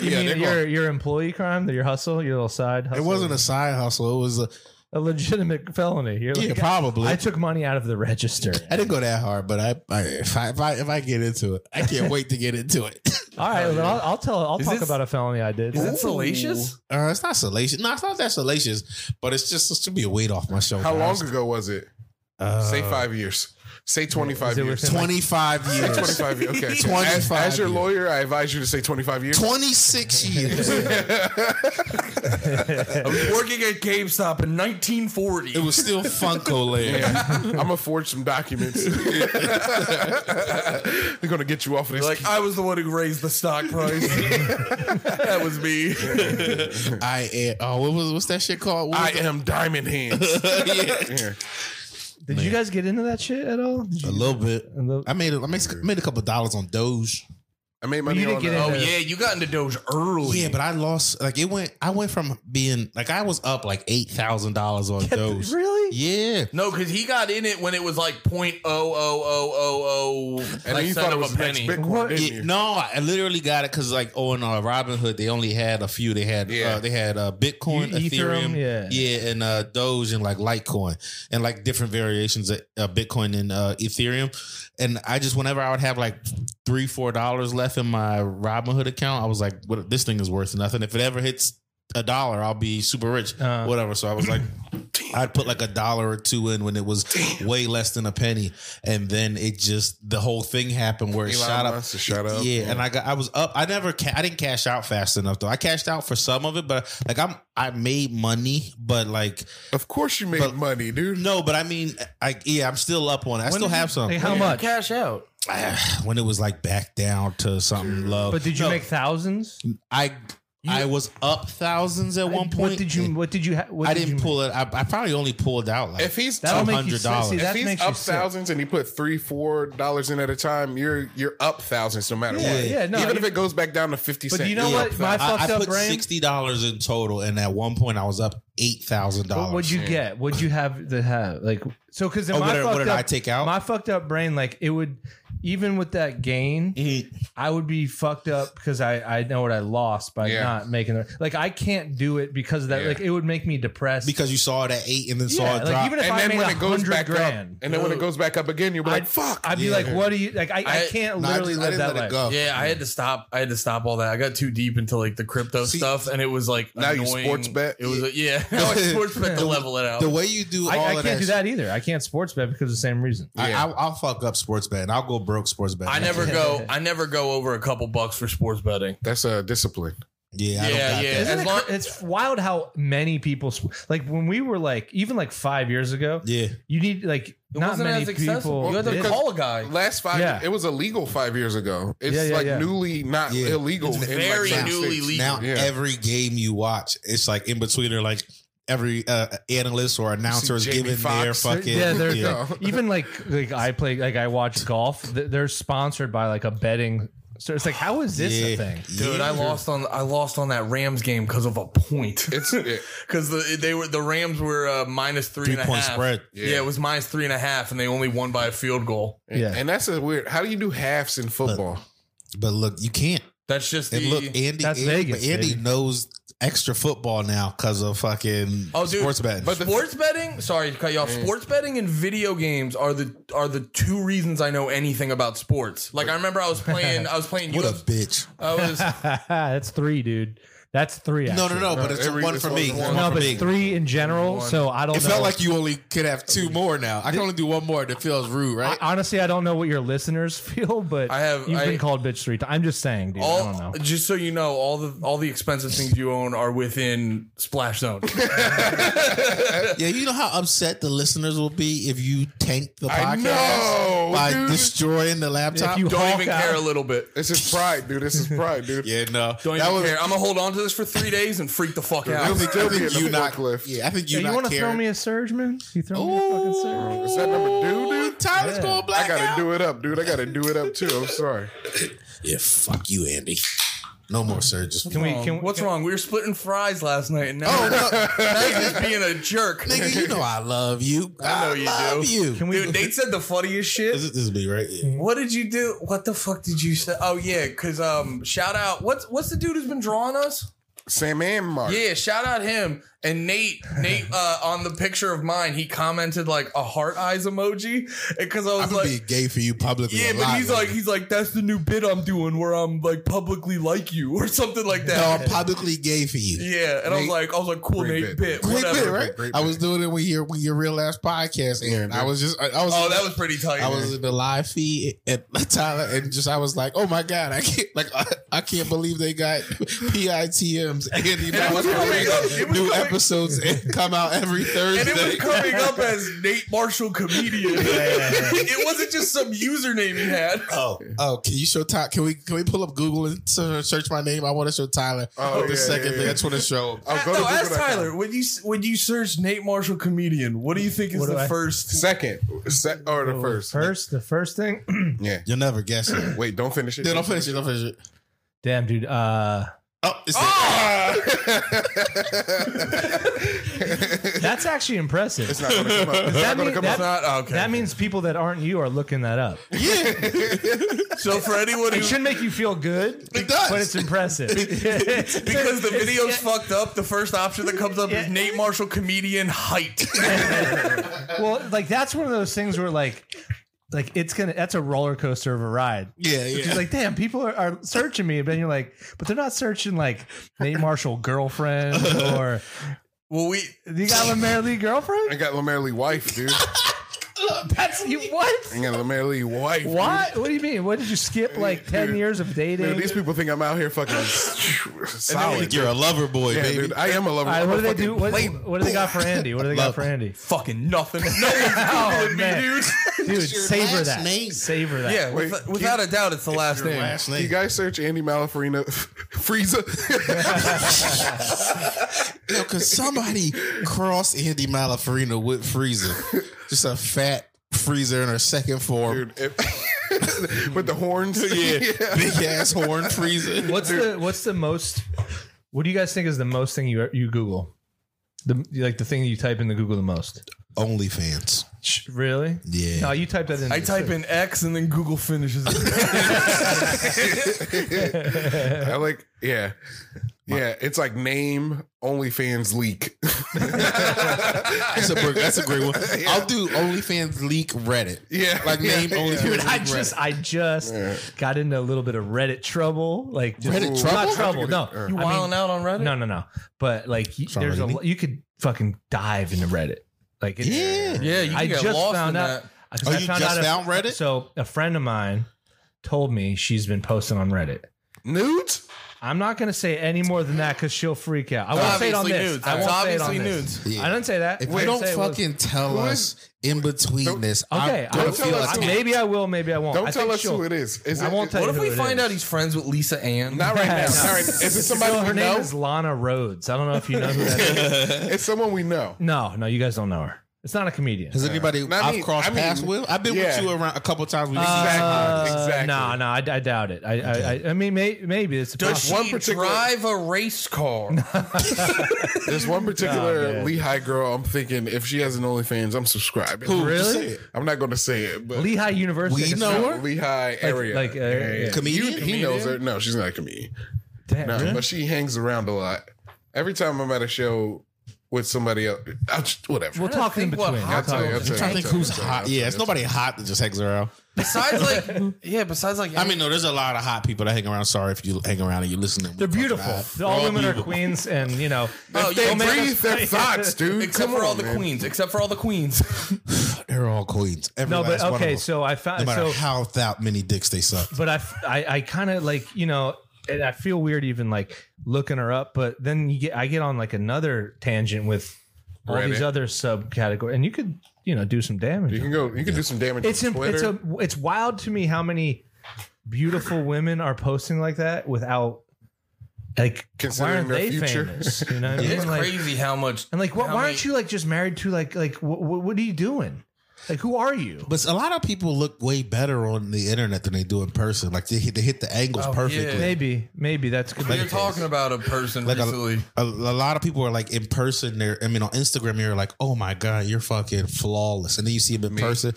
S1: You
S5: yeah,
S1: mean
S5: they're
S1: your your employee crime, your hustle, your little side
S5: going-
S1: hustle.
S5: it wasn't a side hustle. It was a
S1: a legitimate felony. You're
S5: yeah,
S1: like,
S5: probably.
S1: I
S5: I,
S1: took money out of the register.
S5: didn't go that hard, but I, I if I if I if I get into it, I can't wait to get into it.
S1: All right, well, I'll, I'll tell. I'll
S4: Is
S1: talk
S4: this-
S1: about a felony I did.
S4: Is it salacious?
S5: Uh, it's not salacious. No, it's not that salacious, but it's just it should be a weight off my shoulder.
S2: How
S5: I
S2: long
S5: was-
S2: ago was it? Say five years. Say
S1: Is
S2: twenty-five
S1: it
S2: years.
S1: within-
S5: Twenty five years.
S2: 25 years. Okay.
S5: 25
S2: as, as your
S5: years.
S2: lawyer, I advise you to say 25 years.
S5: 26 years.
S4: I was working at GameStop in 1940.
S5: it was still Funko Land.
S2: I'm gonna forge some documents. They're gonna get you off of this.
S4: like I was the one who raised the stock price. that was me.
S5: I am. Oh, what was what's that shit called? What
S2: I
S5: was
S2: am Diamond Hands.
S5: the- Yeah.
S2: Yeah.
S1: Did you guys get into that shit at all? Did
S5: A
S1: you,
S5: little bit.
S1: a little-
S5: I made a, I made, made a couple dollars on Doge.
S2: I made
S1: you
S2: money
S1: didn't
S2: on
S1: get
S2: that.
S1: in
S4: Oh
S1: Yeah.
S4: yeah, you got into Doge early.
S5: Yeah, but I lost. Like it went. I went from being like I was up like eight thousand dollars on Doge.
S1: really?
S5: Yeah.
S4: No, because he got in it when it was like point oh oh oh oh oh
S2: And then
S4: like
S2: you thought
S4: cent
S2: it
S4: of a
S2: was next
S4: penny.
S2: Bitcoin,
S1: What?
S2: didn't
S5: Yeah,
S2: you?
S5: no, I literally got it because like on uh, Robinhood they only had a few. They had
S2: Yeah.
S5: uh, they had uh, Bitcoin,
S1: E- Ethereum,
S5: Ethereum,
S1: yeah.
S5: yeah, and uh, Doge and like Litecoin and like different variations of uh, Bitcoin and uh, Ethereum. And I just whenever I would have like three four dollars left in my Robinhood account, I was like, "What? This thing is worth nothing. If it ever hits a dollar, I'll be super rich,
S1: Uh.
S5: whatever." So I was like. I'd put like a dollar or two in when it was way less than a penny, and then it just the whole thing happened where it
S2: Elon
S5: shot up.
S2: Musk to shut up.
S5: Yeah, and I got I was up. I never ca- I didn't cash out fast enough though. I cashed out for some of it, but like I'm I made money, but like
S2: Of course you made
S5: But-
S2: money, dude.
S5: no, but I mean I yeah I'm still up on it. I still have some.
S1: Like how much?
S4: Cash out.
S5: when it was like back down to something low.
S1: But did you
S5: No,
S1: make thousands?
S5: I I was up thousands at one point.
S1: What did you? What did you? Ha- what
S5: I
S1: did
S5: didn't
S1: you
S5: pull it. I, I probably only pulled out like
S2: If he's
S1: That'll
S2: up,
S1: make you sick.
S5: $100.
S1: See,
S5: If
S1: that
S2: if
S1: makes
S2: he's
S1: you
S2: up
S1: sick.
S2: thousands and he put three, four dollars in at a time, you're you're up thousands no matter
S1: Yeah,
S2: what.
S1: yeah, no,
S2: Even if
S1: you-
S2: it goes back down to fifty
S1: But
S2: cents.
S1: you know
S2: you're
S1: what?
S2: up
S1: My
S2: thousands.
S5: I,
S1: fucked
S5: I
S1: up
S5: put
S1: brain-
S5: sixty dollars in total, and at one point I was up eight thousand
S1: What
S5: dollars.
S1: would you get? What'd you have to have? Like so? Because my
S5: Oh, what did-
S1: fucked
S5: what did
S1: up,
S5: I take out?
S1: My fucked up brain, like it would, even with that gain,
S5: Mm-hmm.
S1: I would be fucked up because I I know what I lost by
S2: Yeah.
S1: not making the Like I can't do it because of that.
S2: Yeah.
S1: Like it would make me depressed.
S5: because you saw it at eight and then
S1: yeah,
S5: saw it
S1: like
S5: drop.
S1: even if
S2: and
S1: I
S2: then
S1: made
S2: when
S1: a
S2: it goes
S1: hundred
S2: back
S1: grand,
S2: up, and then when it goes back up again, you'll be like, "Fuck!"
S1: I'd be
S5: Yeah.
S1: like, what do you like? I, I,
S4: I-
S1: can't
S5: No, I
S1: literally
S5: just- I
S1: live
S5: didn't
S1: that
S5: let it
S1: life.
S5: go.
S4: Yeah, I had to stop. I had to stop all that. I got too deep into like the crypto
S5: See,
S4: stuff, and it was like
S2: now you
S4: annoying.
S2: sports bet?
S4: It was a, yeah, now I sports bet to level it out.
S5: The way you do all
S1: Oh. I, I
S5: of
S1: can't do that either. I can't sports bet because of the same reason.
S5: I,
S2: Yeah.
S5: I, I'll fuck up sports betting. I'll go broke sports betting.
S4: I never go. I never go over a couple bucks for sports betting.
S2: That's a uh, discipline.
S5: Yeah, I
S4: Yeah,
S5: don't got
S4: yeah.
S5: that.
S1: Isn't
S4: as
S1: it
S4: long-
S1: cra- it's wild how many people sw- like when we were like even like five years ago.
S5: Yeah.
S1: You need like not
S4: wasn't
S1: many
S4: as accessible.
S1: people.
S4: You had to
S1: did.
S2: because-
S4: call a guy.
S2: Last five,
S1: Yeah.
S2: it was illegal five years ago. It's
S1: Yeah, yeah,
S2: like
S1: yeah.
S2: newly not
S5: Yeah.
S2: illegal.
S5: It's
S2: in, like,
S4: very
S2: certain
S4: newly
S2: states.
S4: legal.
S5: Now
S2: Yeah.
S5: every game you watch, it's like in between or like every uh, analyst or announcer is
S2: Jamie
S5: giving their
S2: Foxx.
S5: fucking
S1: yeah, they're,
S5: yeah.
S1: they're- even like like I play like I watch golf. th- They're sponsored by like a betting. So it's like, how is this a
S5: Yeah.
S1: thing?
S4: Dude, I lost on I lost on that Rams game because of a point.
S2: It's yeah.
S4: Because the they were the Rams were uh, minus three and a
S5: Three-point
S4: half.
S5: spread.
S4: Yeah. it was minus three and a half, and they only won by a field goal.
S1: Yeah.
S2: and that's a weird. How do you do halves in football?
S5: But look, you can't.
S4: That's just the
S5: And look, Andy,
S1: That's
S5: Andy,
S1: Vegas,
S5: but Andy
S1: baby.
S5: knows extra football now because of fucking
S4: Oh, dude,
S5: sports betting.
S2: but the-
S4: sports betting. Sorry to cut you off. Sports betting and video games are the are the two reasons I know anything about sports. Like I remember I was playing I was playing
S5: what a
S4: UFC.
S5: bitch!
S4: I was
S1: That's three, dude. That's three.
S5: No, no,
S1: actually.
S5: no. But it's
S2: every-
S5: one
S2: it's
S5: for
S2: all
S5: me.
S2: one.
S5: It's
S1: No,
S5: one for
S1: but
S5: me.
S1: it's three in general. So I don't.
S3: It
S1: know.
S3: felt like you only could have two more now. I can only do one more. That feels rude,
S1: I,
S3: right?
S1: honestly, I don't know what your listeners feel, but
S4: I have-
S1: You've
S4: I-
S1: been called bitch three times. I'm just saying, dude. I don't know.
S4: all just so you know all the all the expensive things you own are within splash zone.
S5: Yeah, you know how upset the listeners will be if you tank the
S2: I
S5: podcast
S2: know,
S5: by
S2: dude.
S5: destroying the laptop.
S1: If you
S4: Don't
S1: Hulk
S4: even
S1: out-
S4: care a little bit.
S2: This is pride, dude. This is pride, dude.
S5: yeah, no.
S4: Don't
S5: that
S4: even
S5: was
S4: care. I'm gonna hold on to this for three days and freak the fuck
S5: I
S4: out.
S5: think,
S2: Still
S5: I
S2: be in
S5: think
S2: the
S5: you not.
S2: forklift.
S5: Yeah, I think you,
S1: Yeah, you
S5: not
S1: want to
S5: care.
S1: throw me a surge, man? You throw me a fucking surge?
S2: Is that number two, dude?
S5: Tyler's going black
S2: I gotta do it up, dude. I gotta do it up too. I'm sorry.
S5: Yeah, fuck you, Andy. No more surges.
S1: Can we? Can,
S4: What's
S1: can- Oh,
S4: wrong? We were splitting fries last night, and now, now you're just being a jerk.
S5: Nigga, you know I love you. I
S4: know you
S5: love
S4: do.
S5: You.
S1: Can we?
S4: Dude, Nate said the funniest shit.
S5: This is, this is me, right? Yeah.
S4: What did you do? What the fuck did you say? Oh yeah, cause um, shout out. What's what's the dude who's been drawing us?
S2: Sam and Mark.
S4: Yeah, shout out him and Nate. Nate uh, on the picture of mine, he commented like a heart eyes emoji because I was
S5: I'm
S4: like.
S5: being gay for you publicly.
S4: yeah,
S5: a
S4: but
S5: lot,
S4: he's
S5: man.
S4: like, he's like, that's the new bit I'm doing where I'm like publicly like you or something like
S5: no,
S4: that.
S5: I'm publicly gay for you.
S4: yeah, and I was
S2: Nate-
S4: like, I was like, cool
S2: Great
S4: Nate
S2: bit.
S4: bit,
S5: Great
S4: whatever.
S5: bit, right?
S2: Great
S5: I was doing it when your when your real last podcast aired. I was just I, I was
S4: Oh, that was pretty tight.
S5: I was in the live feed at Tyler and just I was like, oh my god, I can't like I, I can't believe they got PITMs and you
S4: it
S5: know,
S4: was coming up. It was
S5: new
S4: coming-
S5: episodes and come out every Thursday.
S4: And it was coming up as Nate Marshall comedian. it wasn't just some username he had.
S5: Oh, oh! Can you show Tyler? Can we can we pull up Google and se- search my name? I want to show Tyler.
S2: Oh,
S5: the
S2: yeah,
S5: second
S2: yeah,
S5: thing
S2: yeah.
S5: I just want to show.
S2: I'll go to
S4: no, ask
S2: Google.com.
S4: Tyler when you when you search Nate Marshall comedian. What do you think is
S1: What do
S4: the
S1: I-
S4: first?
S2: Second, se- or the
S1: Oh,
S2: first.
S1: First, the first thing.
S2: Yeah.
S5: You'll never guess it.
S2: Wait, don't finish it.
S5: Dude, I'll finish it. I'll finish it.
S1: Damn, dude. Uh,
S5: Oh, it's
S1: that's actually impressive.
S2: It's not gonna come up. It's not
S1: that
S2: gonna
S1: mean-
S2: come
S1: that-
S2: up.
S4: It's not oh, okay.
S1: That means people that aren't you are looking that up.
S4: so for anyone
S1: It
S4: who
S1: should make you feel good,
S5: It does.
S1: but it's impressive.
S4: because the video's fucked up, the first option that comes up is
S1: Yeah.
S4: Nate Marshall comedian height.
S1: well, like that's one of those things where like, like it's gonna that's a roller coaster of a ride.
S5: yeah, yeah.
S1: It's like, damn, people are, are searching me, but then you're like, but they're not searching like Nate Marshall girlfriend or
S4: well, we
S1: you got a Mary Lee
S2: I
S1: girlfriend.
S2: got Lamar Lee wife, dude. I
S1: That's you what?
S2: got Lamar Lee wife. dude.
S1: What? What do you mean? What did you skip like ten years of dating?
S2: Dude, these people think I'm out here fucking solid.
S5: You're a lover boy,
S2: Yeah,
S5: baby.
S2: dude, I am a lover.
S1: All right,
S2: I'm
S1: what do
S2: a
S1: they
S2: fucking
S1: do? What,
S2: plate.
S1: what do they got for Andy? What do they got
S5: Love.
S1: for Andy?
S4: fucking nothing. No one's
S1: Oh,
S4: googling
S1: man.
S4: me, dude.
S1: Dude, savor
S5: last
S1: that.
S5: name.
S1: Savor that.
S4: yeah,
S2: Wait,
S4: with- without a doubt, it's the last
S5: Your
S4: name.
S5: last
S2: You
S5: name.
S2: guys search Andy Malafrina Frieza.
S5: Yo, could somebody cross Andy Malafarina with Freezer? Just a fat Freezer in her second form.
S2: Dude, if- with the horns.
S5: Big ass horn Freezer.
S1: What's the What's the most? What do you guys think is the most thing you you Google? The like the thing you type in the Google the most.
S5: OnlyFans.
S1: Really?
S5: Yeah.
S1: No, you type that in.
S4: I type in X and then Google finishes it.
S2: I like, yeah. Yeah, it's like name OnlyFans leak.
S5: That's a, br- that's a great one. I'll do OnlyFans leak Reddit.
S2: Yeah.
S5: Like name
S2: Yeah.
S5: OnlyFans.
S1: Dude,
S5: leak
S1: I just I just got into a little bit of Reddit trouble. Like just,
S5: Reddit
S1: Not
S5: trouble?
S1: trouble. No.
S2: You
S1: I
S4: You
S1: mean,
S4: wilding out on Reddit?
S1: No, no, no. But like, you, there's a
S5: Sorry.
S1: lo- you could fucking dive into Reddit. Like, it-
S5: Yeah.
S4: Yeah, you
S1: I
S4: get
S1: just
S4: lost
S1: found
S4: in
S1: out.
S4: that.
S1: I- 'cause
S5: Oh,
S1: I
S5: you just
S1: out a-
S5: found Reddit?
S1: So a friend of mine told me she's been posting on Reddit.
S2: Nudes?
S1: I'm not going to say any more than that because she'll freak out. I won't say it on
S4: obviously
S1: this.
S4: nudes.
S1: I won't
S4: That's
S1: say it on
S4: obviously
S1: this.
S5: nudes.
S1: I didn't say that.
S3: If
S1: I
S3: you
S1: didn't
S3: don't
S1: say it was-
S3: fucking tell us in between this,
S1: okay,
S3: I'm
S1: I
S3: gonna
S1: will
S2: don't
S1: feel
S3: feel
S2: tell us
S1: us.
S2: who-
S3: attacked.
S1: Maybe I will. Maybe I won't.
S2: Don't
S1: I
S2: tell
S1: think
S2: us
S1: she'll-
S2: who it is. Is
S1: I
S2: it-
S1: won't tell
S4: What
S1: you
S4: if
S1: who
S4: we
S1: it
S4: find
S1: is.
S4: out he's friends with Lisa Ann?
S2: Not right now.
S1: No.
S2: Not right- Is it somebody
S1: Well,
S2: we
S1: her
S2: know?
S1: name is Lana Rhodes. I don't know if you know who that is.
S2: it's someone we know.
S1: No, no, you guys don't know her. It's not a comedian.
S5: Has anybody
S2: And I mean-
S5: I've crossed
S2: I mean,
S5: paths with? I've been
S2: yeah. Uh,
S5: with you around a couple times. We-
S2: Exactly. exactly.
S1: No, no, I, I doubt it. I, I, I, I mean, may, maybe it's
S4: Does
S1: possible.
S4: she
S2: One particular-
S4: drive a race car?
S2: There's one particular
S1: Oh, man.
S2: Lehigh girl. I'm thinking if she has an OnlyFans, I'm subscribing.
S1: really
S2: I'm not going to say it, but
S1: Lehigh University.
S5: We
S1: I guess
S5: know
S1: not-
S5: her?
S2: No, Lehigh area.
S1: like, uh, yeah.
S5: Comedian?
S2: He, he knows her. No, she's not a comedian.
S1: Damn.
S2: No, but she hangs around a lot. Every time I'm at a show with somebody else, I'll just, whatever.
S1: We'll talk in
S4: think what
S1: between. We'll
S4: hot
S1: talk
S2: I'll
S1: in
S2: tell you, I'll
S1: between.
S2: tell you,
S5: I
S2: I'll
S5: think
S2: tell you,
S5: who's
S2: I'll tell you,
S5: hot.
S2: I'll
S5: Yeah,
S2: tell
S5: it's
S2: you.
S5: nobody hot that just hangs around.
S4: Besides, like, yeah, besides, like,
S5: I mean, no, there's a lot of hot people that hang around. Sorry if you hang around and you listen to them.
S1: They're beautiful. all women are queens, and you know,
S4: Oh,
S2: They
S4: yeah,
S1: don't make us-
S2: breathe their thoughts, dude.
S4: except
S2: Come
S4: for all
S2: on,
S4: the
S2: man.
S4: queens, except for all the queens.
S5: They're all queens. Every
S1: no, but
S5: last one of
S1: okay.
S5: them.
S1: So I found
S5: no matter
S1: so,
S5: how that many dicks they suck.
S1: but I, f- I, I kind of like you know, and I feel weird even like looking her up. But then you get, I get on like another tangent with all these
S2: Reddit.
S1: other subcategories, and you could you know do some
S2: You
S1: damage.
S2: can go. You can do some damage.
S1: It's
S2: on
S1: imp-
S2: Twitter.
S1: it's a it's wild to me how many beautiful women are posting like that without like why
S2: Considering
S1: aren't
S2: their
S1: they
S2: future.
S1: famous? You know, what I mean?
S4: It's
S1: Like-
S4: crazy how much.
S1: And like, what,
S4: how
S1: why
S4: many-
S1: aren't you like just married to like like what, what are you doing? Like, who are you?
S5: But a lot of people look way better on the internet than they do in person. Like they hit, they hit the angles
S4: Oh,
S5: perfectly.
S4: yeah.
S1: Maybe, maybe that's could
S4: We
S1: be.
S4: were talking about a person
S5: Like a-
S4: recently.
S5: A, a lot of people are like in person. They're I mean on Instagram you're like, oh my god, you're fucking flawless, and then you see them in person.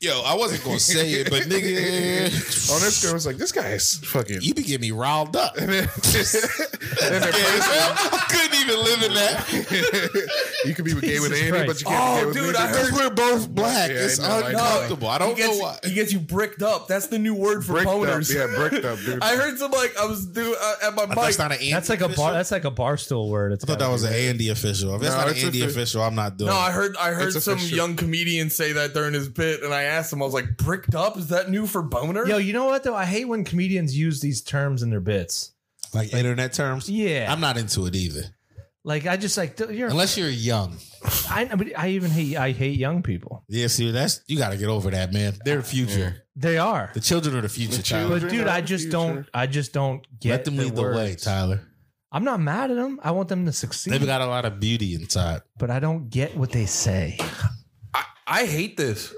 S5: Yo, I wasn't gonna say it, but nigga,
S2: On Instagram, it's like this guy is fucking.
S5: you be getting me riled up.
S2: And then- and then-
S5: I couldn't even live in that.
S2: you could be gay with
S1: Jesus
S2: Andy,
S1: Christ.
S2: but you can't be gay
S4: Oh,
S2: with
S4: dude,
S2: me.
S4: I heard-
S5: We're both black.
S2: Yeah,
S5: it's
S2: I know, I know.
S5: uncomfortable. I
S4: he
S5: don't know
S4: gets,
S5: why.
S4: He gets you bricked up. That's the new word for
S2: bricked
S4: boners.
S2: up. Yeah, bricked up, dude.
S4: I heard some like I was do uh, at my bike.
S5: That's not an Andy.
S1: That's like a bar. That's like a barstool word. It's
S5: I thought that was an Andy official. If it's
S2: No,
S5: not an
S2: it's
S5: Andy
S2: offi-
S5: official, I'm not doing.
S4: no,
S5: it.
S4: I heard I heard
S2: It's
S4: some
S2: official.
S4: young comedian say that during his bit, and I asked him, I was like, "Bricked up? Is that new for boner?"
S1: Yo, you know what though? I hate when comedians use these terms in their bits.
S5: like internet terms.
S1: Yeah,
S5: I'm not into it either.
S1: like I just like dude, you're.
S5: Unless you're young.
S1: I, but I even hate. I hate young people.
S5: Yeah, see, that's you got to get over that, man. They're the future.
S1: They are.
S5: The children are the future. Tyler.
S1: But
S2: children
S1: dude,
S2: are
S1: I
S2: the
S1: just
S2: future.
S1: don't. I just don't get.
S5: Let them lead the way,
S1: words.
S5: Tyler.
S1: I'm not mad at them. I want them to succeed,
S5: They've got a lot of beauty inside.
S1: but I don't get what they say.
S4: I, I hate this.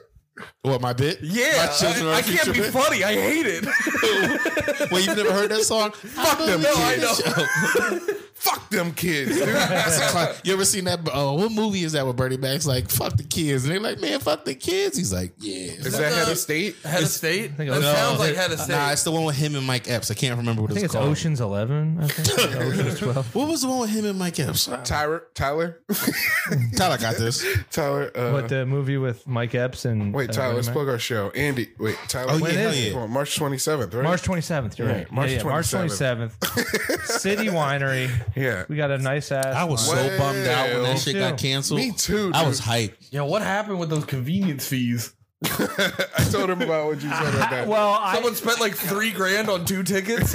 S5: What my bit?
S4: Yeah,
S5: my children
S4: I,
S5: are
S4: I
S5: the
S4: can't
S5: future.
S4: be funny. I hate it.
S5: Bit. Well, you've never heard that song? Fuck them.
S4: No, I
S5: kids.
S2: Fuck them kids, dude.
S5: That's a cla- you ever seen that? Uh, what movie is that? Where Bernie Mac's like, "Fuck the kids," and they're like, "Man, fuck the kids." He's like, "Yeah."
S2: Is that head of state?
S4: Head of state. That
S1: think it was-
S4: sounds
S1: No.
S4: like head of state.
S5: Nah, it's the one with him and Mike Epps. I can't remember what
S1: I think
S5: it's
S1: it's
S5: called.
S1: Ocean's Eleven. I think or Ocean's Twelve.
S5: What was the one with him and Mike Epps?
S2: Tyler, Tyler,
S5: Tyler got this.
S2: Tyler. Uh,
S1: But the movie with Mike Epps and
S2: wait,
S1: uh,
S2: Tyler, let's
S1: Mac-
S2: plug our show. Andy, wait, Tyler.
S5: Oh,
S2: when is
S5: yeah, hell
S2: it?
S5: yeah.
S2: Come on, March 27th, right?
S1: March 27th. You're right.
S2: March
S1: Yeah, yeah, March
S2: 27th.
S1: 27th. City Winery.
S2: yeah.
S1: We got a nice ass.
S5: I was
S2: Well,
S5: so bummed out when that shit
S1: yeah.
S5: got canceled.
S2: Me too.
S5: I was
S2: dude.
S5: hyped.
S4: Yo, what happened with those convenience fees?
S2: I told him about what you said about that.
S1: well, I,
S4: Someone spent like three grand on two tickets.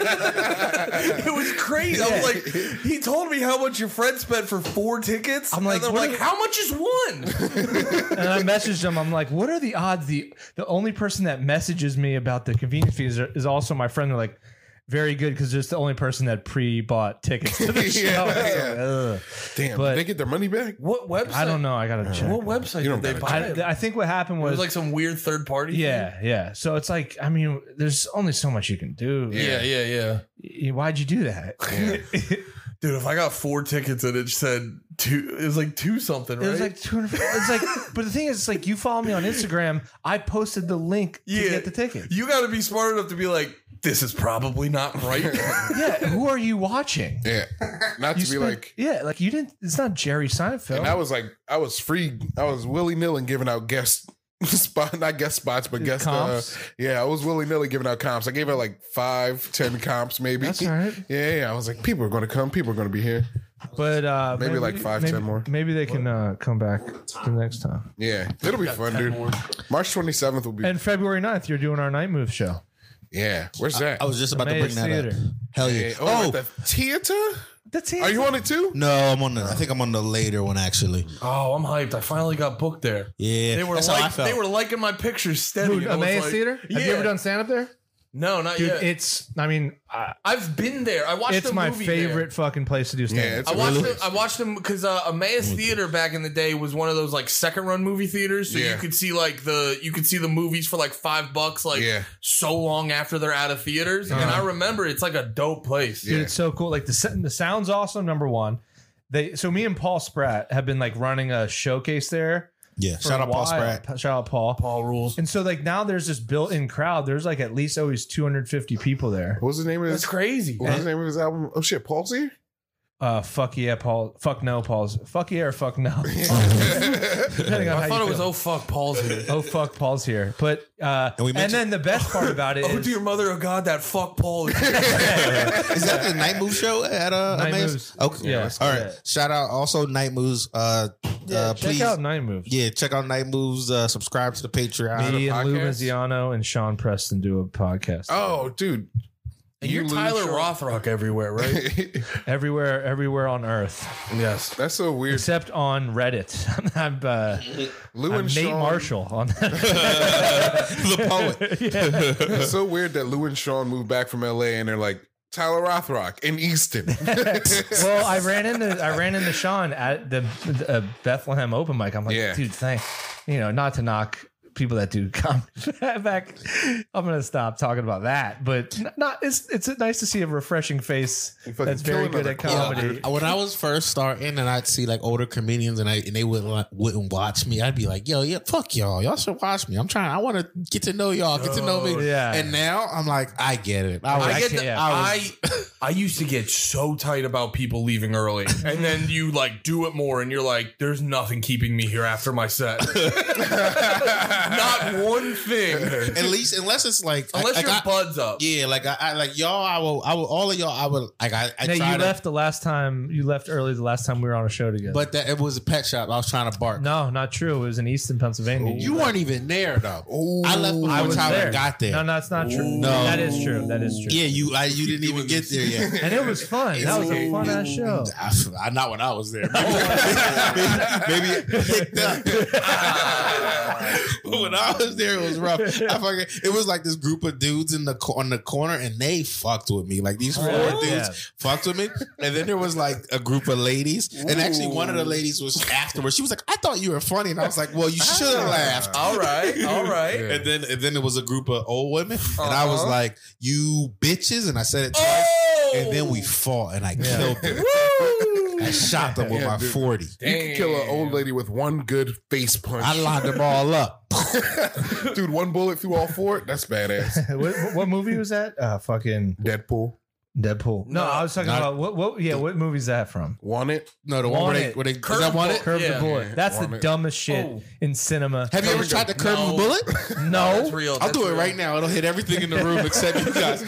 S4: it was crazy. I was like, he told me how much your friend spent for four tickets.
S1: I'm
S4: I'm like,
S1: like,
S4: and
S1: what
S4: I'm like,
S1: are-
S4: how much is one?
S1: and I messaged him. I'm like, what are the odds? The the only person that messages me about the convenience fees are, is also my friend. They're like, very good because it's the only person that pre-bought tickets to the show.
S2: Yeah,
S1: I was like,
S2: yeah.
S1: "Ugh."
S2: Damn,
S1: but-
S2: did they get their money back?
S4: What website?
S1: I don't know. I gotta check.
S4: What website
S2: You don't
S4: did they buy
S2: gotta
S4: it?
S1: I, I think what happened
S4: It
S1: was,
S4: was like some weird third party.
S1: yeah, yeah. So it's like, I mean, there's only so much you can do.
S4: thing? Yeah, yeah, yeah.
S1: Y- Why'd you do that?
S4: Dude, if I got four tickets and it said two, it was like two something, right?
S1: It was like two hundred. It's like, but the thing is, it's like you follow me on Instagram. I posted the link to
S4: Yeah.
S1: get the ticket.
S4: you got to be smart enough to be like, this is probably not right.
S1: Yeah, who are you watching?
S2: Yeah, not to
S1: You
S2: be
S1: spent-
S2: like.
S1: yeah, like you didn't. It's not Jerry Seinfeld.
S2: And I was like, I was free. I was willy nilly giving out guest spot, not guest spots, but guest. Uh,
S1: Comps?
S2: yeah, I was willy nilly giving out comps. I gave out like five, ten comps, maybe.
S1: That's all right.
S2: Yeah, yeah. I was like, people are going to come. People are going to be here.
S1: but uh,
S2: Maybe like five,
S1: maybe,
S2: ten more.
S1: Maybe they can uh, come back the next time.
S2: Yeah, it'll be fun, dude. March 27th will be.
S1: And February 9th, you're doing our night move show.
S2: Yeah, where's that?
S5: I was just about to bring
S1: Amadeus
S5: that up.
S1: Theater.
S5: Hell yeah!
S2: Yeah, oh,
S5: Oh
S2: at the theater?
S1: That's
S2: Are you on it too?
S5: no, I'm on the. I think I'm on the later one actually.
S4: Oh, I'm hyped. I finally got booked there.
S5: Yeah,
S4: They were
S5: that's
S4: like,
S5: how I felt.
S4: they were liking my pictures steady.
S1: Dude,
S4: and I was
S1: Amadeus
S4: like-
S1: Theater? Have
S4: Yeah.
S1: you ever done stand up there?
S4: No, not
S1: Dude,
S4: yet.
S1: it's, I mean, I
S4: I've been there. I watched
S1: it's
S4: a
S1: my
S4: movie
S1: favorite
S4: there.
S1: fucking place to do stand
S2: Yeah,
S1: up.
S2: it's
S4: I watched
S5: Really?
S4: them, I watched them because uh, Emmaus Theater back in the day was one of those like second run movie theaters, so
S2: Yeah.
S4: you could see like the you could see the movies for like five bucks, like
S2: Yeah. Uh-huh.
S4: so long after they're out of theaters. And I remember it's like a dope place.
S1: Dude, it's so cool. Like the s- the sound's awesome. Number one, they so me and Paul Spratt have been like running a showcase there.
S5: yeah,
S1: for
S5: shout
S1: a
S5: out Paul
S1: while.
S5: Spratt.
S1: Pa- Shout out Paul.
S4: All rules.
S1: And so like now there's this built-in crowd. There's like at least always 250 people there.
S2: What was the name of
S4: That's
S2: this?
S4: crazy.
S2: What was the name of his album? Oh shit, Paul's here.
S1: Uh, fuck yeah, Paul. Fuck no, Paul's. Fuck yeah or fuck no. Depending on how
S4: I thought
S1: you
S4: it was
S1: feel.
S4: oh fuck Paul's here.
S1: Oh fuck, Paul's here. But uh,
S5: And we
S1: and,
S5: mentioned-
S1: then the best part about it is
S4: Oh dear mother of God, that fuck Paul. Is here.
S5: Is that the Night Move show at uh?
S1: Night
S5: Amaze?
S1: Moves.
S5: Okay,
S1: Yeah,
S5: all right.
S1: yeah.
S5: Shout out also Night Moves. Uh, uh
S1: check
S5: please,
S1: out Nine Moves.
S5: yeah, check out Night Moves. Uh, subscribe to the Patreon.
S1: Me and Lou
S2: podcast?
S1: Miziano and Sean Preston do a podcast.
S2: Oh, dude.
S4: And you're
S2: lose
S4: Tyler
S2: your-
S4: Rothrock everywhere, right?
S1: Everywhere, everywhere on earth.
S4: yes.
S2: That's so weird.
S1: Except on Reddit. I'm, uh,
S2: Lou
S1: I'm
S2: and
S1: Nate
S2: Sean. Oh.
S1: Marshall on that.
S5: the poet.
S2: It's so weird that Lou and Sean moved back from LA and they're like Tyler Rothrock in Easton.
S1: well, I ran into I ran into Sean at the, the uh, Bethlehem open mic. I'm like,
S2: Yeah.
S1: dude, thanks. You know, not to knock people that do come back. I'm gonna stop talking about that. But n- not it's it's nice to see a refreshing face
S2: fucking
S1: that's very
S2: kill
S1: good
S2: another
S1: at
S2: clown,
S1: comedy.
S5: Uh, I- when I was first starting, and I'd see like older comedians, and I and they would like, wouldn't watch me. I'd be like, "Yo, yeah, fuck y'all. Y'all should watch me. I'm trying. I want to get to know y'all. Get to know me."
S1: Oh, Yeah.
S5: And now I'm like, I get it. I, was,
S4: I get
S1: Oh, can't-
S4: the,
S1: yeah.
S4: I, I used to get so tight about people leaving early, and then you like do it more, and you're like, "There's nothing keeping me here after my set. Not one thing,
S5: at least unless it's like
S4: unless
S5: like,
S4: your
S5: I-
S4: buds up."
S5: yeah, like I, I like y'all. I will. I will. All of y'all. I will. Like I. I
S1: Nate,
S5: try
S1: you
S5: to,
S1: left the last time you left early the last time we were on a show together.
S5: but that it was a pet shop. I was trying to bark.
S1: no, not true. It was in Easton, Pennsylvania.
S3: You weren't even there though.
S1: Oh,
S2: Oh.
S5: I left before
S1: I was
S5: Tyler
S1: there.
S5: got there.
S1: No, no, it's not true.
S5: No.
S1: That is true. That is true.
S5: Yeah, you. I, you didn't even get there yet.
S1: And it was fun. That was a fun ass show. Oh,
S5: I, I- not when I was there. Maybe, maybe, it picked up. But when I was there, it was rough. I fucking, it was like this group of dudes in the co- on the corner, and they fucked with me. Like these four
S1: Really?
S5: dudes fucked with me, and then there was like a group of ladies, and actually one of the ladies was afterwards. She was like, "I thought you were funny," and I was like, "Well, you should have laughed."
S4: All right, all right.
S5: And then, and then it was a group of old women, and I was
S4: Uh-huh.
S5: like, "You bitches!" And I said it twice,
S4: Oh!
S5: and then we fought, and I killed them. I shot them with
S2: Yeah,
S5: my
S2: dude.
S5: 40.
S2: You can kill an old lady with one good face punch.
S5: I lined them all up.
S2: Dude, one bullet through all four? That's badass.
S1: what, what movie was that? Uh, fucking
S2: Deadpool.
S1: Deadpool. No, I was talking
S5: Not-
S1: about what, what? Yeah, what movie is that from?
S2: Want it?
S5: No, the one
S1: Want
S5: where they,
S1: it.
S5: where they is that one it?
S1: Curb
S4: Yeah.
S1: the bullet. That's the
S2: Warm it.
S1: dumbest shit
S4: Oh.
S1: in cinema.
S5: Have you ever tried to curb
S4: No.
S5: the bullet?
S4: That's
S1: no,
S4: real.
S5: I'll
S4: That's
S5: do it
S4: real.
S5: right now. It'll hit everything in the room except you guys.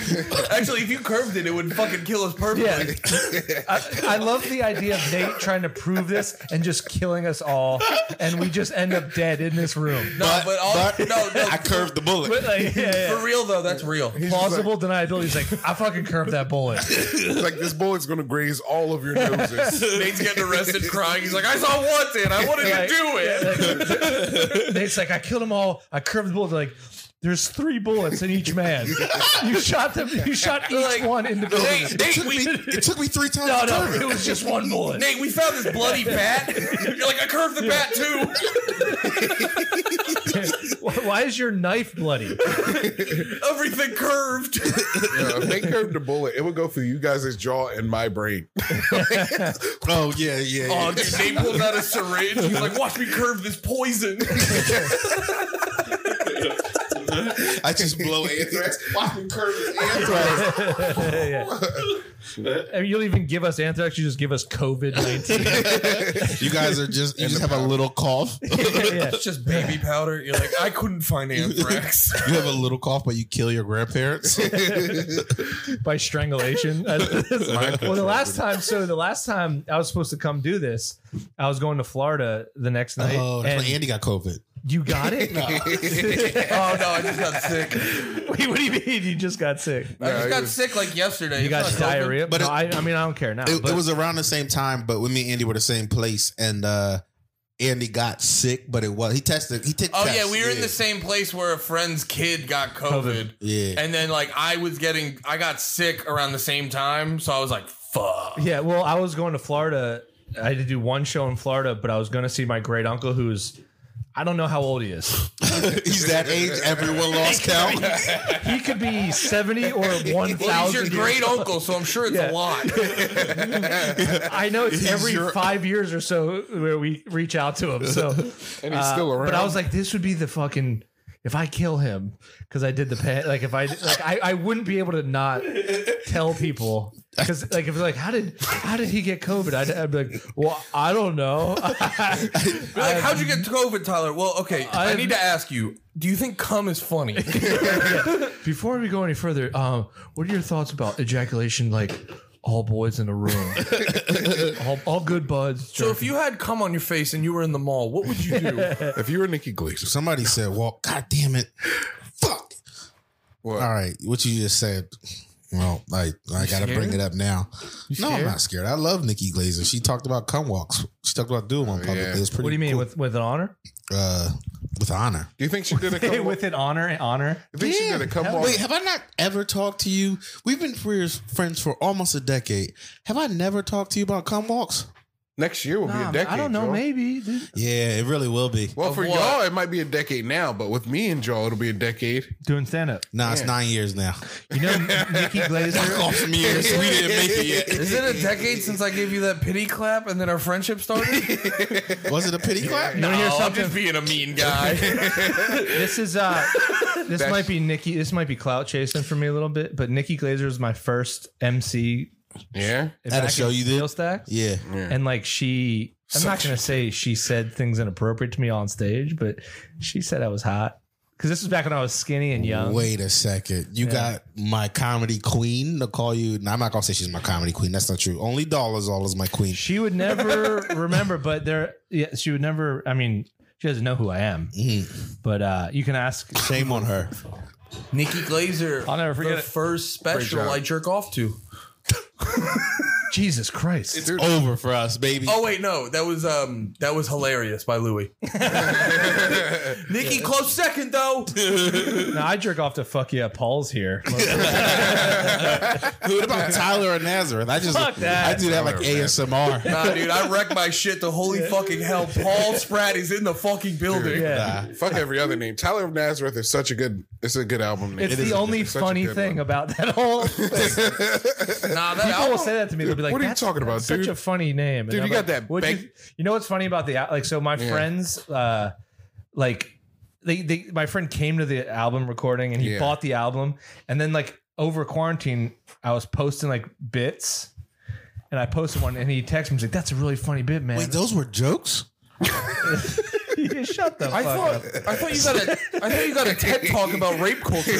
S4: Actually, if you curved it, it would fucking kill us
S1: yeah.
S4: perfectly.
S1: I, I love the idea of Nate trying to prove this and just killing us all, and we just end up dead in this room.
S4: No, but, all, no, no. uh,
S5: I curved the bullet.
S1: But like, yeah, yeah.
S4: for real though, that's real.
S1: plausible deniability. He's like, I fucking curved that bullet.
S2: It's like this bullet's gonna graze all of your noses.
S4: Nate's getting arrested, crying. He's like, "I saw wanted. I wanted to
S1: Like,
S4: do it."
S1: Nate's like, I killed them all. I curved the bullet. They're like, there's three bullets in each man. You shot them. You shot each
S4: Like,
S1: one individually.
S4: Nate,
S5: it,
S4: Nate,
S5: took me,
S4: we,
S5: it took me three times
S1: No,
S5: to
S1: no,
S5: curb it.
S1: it was just one bullet.
S4: Nate, we found this bloody bat. You're like, I curved the bat too.
S1: Why is your knife bloody?
S4: Everything curved.
S2: You know, if they curved the bullet, it would go through you guys' jaw and my brain.
S5: Oh, yeah, yeah, yeah.
S4: Oh, dude, Nate pulled out a syringe. He's like, watch me curve this poison. Oh,
S5: I just blow anthrax. Watch me curb his anthrax.
S1: Yeah. I mean, you'll Uh, even give us anthrax. You just give us COVID nineteen.
S5: You guys are just, you just have a little cough. you
S1: yeah.
S4: It's just baby powder. You're like, I couldn't find anthrax.
S5: have a little cough, but you kill your grandparents.
S1: by strangulation. well, the last time, so the last time I was supposed to come do this, I was going to Florida the next night.
S5: oh, that's
S1: and
S5: when Andy got COVID.
S1: You got it? no.
S4: Oh no, I just got sick.
S1: Wait, what do you mean? You just got sick?
S4: I
S2: Yeah,
S4: just
S2: it
S4: got
S2: was-
S4: sick like yesterday.
S1: You got
S4: It's not open.
S1: diarrhea? But
S5: But it-
S1: I, I mean, I don't care now.
S5: It,
S1: but
S5: it was around the same time, but when me and Andy were the same place, and uh Andy got sick, but it was he tested. He took.
S4: Oh
S5: tests,
S4: yeah, we were in the same place where a friend's kid got
S1: COVID.
S4: COVID.
S5: Yeah.
S4: And then like I was getting I got sick around the same time, so I was like, fuck.
S1: yeah. Well, I was going to Florida. I had to do one show in Florida, but I was going to see my great uncle, who's I don't know how old he is.
S5: He's that age. Everyone lost count.
S1: He could be seventy or one
S4: Well, he's your
S1: thousand.
S4: great uncle, so I'm sure it's
S1: Yeah.
S4: a lot.
S1: I know it's every
S5: your-
S1: five years or so where we reach out to him. So,
S2: and he's still around.
S1: Uh, but I was like, this would be the fucking. If I kill him because I did the pet, like if I like I, I wouldn't be able to not tell people because like if like how did how did he get COVID? I'd, I'd be like, well, I don't know.
S4: Be like, how'd you get
S1: Um,
S4: COVID, Tyler? Well, okay, I
S1: I'm-
S4: need to ask you. Do you think cum is funny?
S1: Before we go any further, um, what are your thoughts about ejaculation? Like all boys in a room, all, all good buds.
S4: so if you had cum on your face and you were in the mall, what would you do?
S2: if you were Nikki Gleason,
S5: Somebody said, "Well, God damn it, fuck."
S2: What?
S5: All right, what you just said. Well, I I gotta bring it up now. No, I'm not scared. I love Nikki Glazer. She talked about cum walks. She talked about doing one publicly.
S2: yeah.
S5: It was pretty.
S1: what do you mean
S5: cool.
S1: with with an honor?
S5: uh, with honor?
S2: do you think she did a come?
S1: with an honor and honor.
S2: you think she did a come? walk?
S5: Wait, have I not ever talked to you? We've been friends friends for almost a decade. Have I never talked to you about cum walks?
S2: Next year will be
S1: Nah,
S2: a decade.
S1: Um, I don't know.
S2: Joel.
S1: Maybe. dude.
S5: Yeah, it really will be.
S2: Well,
S4: Of
S2: for
S4: what?
S2: y'all, it might be a decade now, but with me and Joel, it'll be a decade.
S1: doing stand up.
S5: Nah, it's nine years now.
S1: You know, Nikki Glazer.
S5: Off some years. We didn't make it
S4: Is it a decade since I gave you that pity clap and then our friendship started?
S5: yet. Was it a pity clap?
S1: You want to hear
S4: Oh, I'm
S1: something?
S4: just being a mean guy.
S1: This is uh, this might be Nikki. This might be clout chasing for me a little bit. But Nikki Glazer was my first MC
S2: Yeah.
S5: At a show you did?
S1: Steel Stacks.
S5: Yeah.
S1: and like she i'm not gonna say she said things inappropriate to me on stage but she said i was hot because this was back when i was skinny and young
S5: Wait a second. You got my comedy queen to call you. No, I'm not gonna say she's my comedy queen. That's not true. Only Dollars All is my queen.
S1: she would never remember but there yeah she would never i mean she doesn't know who i am
S5: Mm.
S1: but uh you can ask
S5: Shame on her.
S4: Nikki Glazer.
S1: I'll never forget
S4: the
S1: it.
S4: first special
S2: job.
S4: I jerk off to.
S1: jesus christ
S2: Dude,
S5: Over for us, baby.
S4: Oh wait, no, that was um that was hilarious by Louis. Nikki, close second though.
S1: now i jerk off to fuck yeah paul's here
S5: What about Tyler or Nazareth? I just
S1: Fuck that.
S5: I do that like ASMR.
S4: nah, dude, I wrecked my shit to holy fucking hell. Paul Spratt is in the fucking building.
S1: yeah
S2: fuck every other name. Tyler of Nazareth is such a good. It's a good album name.
S1: it's the only
S2: such a
S1: funny
S2: good
S1: thing
S2: one.
S1: about that whole thing.
S4: Nah, that
S1: People will
S4: album,
S1: say that to me. They'll be like,
S2: what are you
S1: "That's-
S2: talking about,
S1: that's
S2: dude?"
S1: Such a funny name, And
S2: Dude,
S1: I'm
S2: you got
S1: like,
S2: that
S1: "What'd
S2: bank-
S1: You, you know what's funny about the al- like? So my friends, uh, like they, they, my friend came to the album recording and he
S2: Yeah.
S1: bought the album, and then like over quarantine, I was posting like bits. And I posted one, and he texted me. He's like, "That's a really funny bit, man."
S5: Wait, those were jokes?
S1: Shut the fuck
S4: I
S1: up.
S4: thought I thought you got a I thought you got a TED talk about rape culture.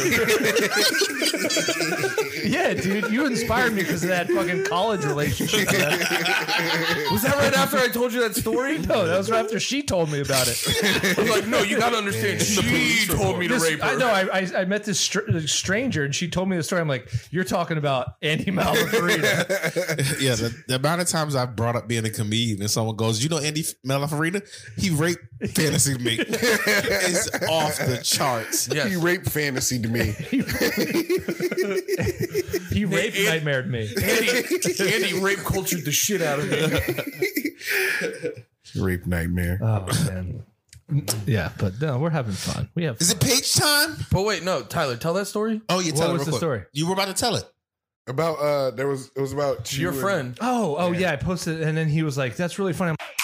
S1: Yeah, dude, you inspired me because of that fucking college relationship.
S4: Was that right after I told you that story?
S1: no, that was right after she told me about it.
S4: I'm like, no, you gotta understand. She told me to
S1: This-
S4: rape her.
S1: I know. I, I, I met this str- stranger and she told me the story. I'm like, you're talking about Andy Malafarita.
S5: yeah, the, the amount of times I've brought up being a comedian and someone goes, You know Andy Malafarina? He raped fantasy me. it's off the charts.
S2: He
S4: Yes.
S2: raped fantasy to me.
S1: he rape
S4: It-
S1: nightmared me.
S4: Andy, Andy rape cultured the shit out of me.
S2: Rape nightmare.
S1: Oh man. Yeah, but no, we're having fun. We have.
S5: Is it page time?
S4: But wait, no, Tyler, tell that story.
S5: Oh, you
S1: What
S5: tell it
S1: was
S5: real
S1: the
S5: quick.
S1: story?
S5: You were about to tell it.
S2: About uh, there was it was about you
S4: Your
S2: and-
S4: friend.
S1: Oh, oh yeah. I posted, and then he was like, "That's really funny." I'm like,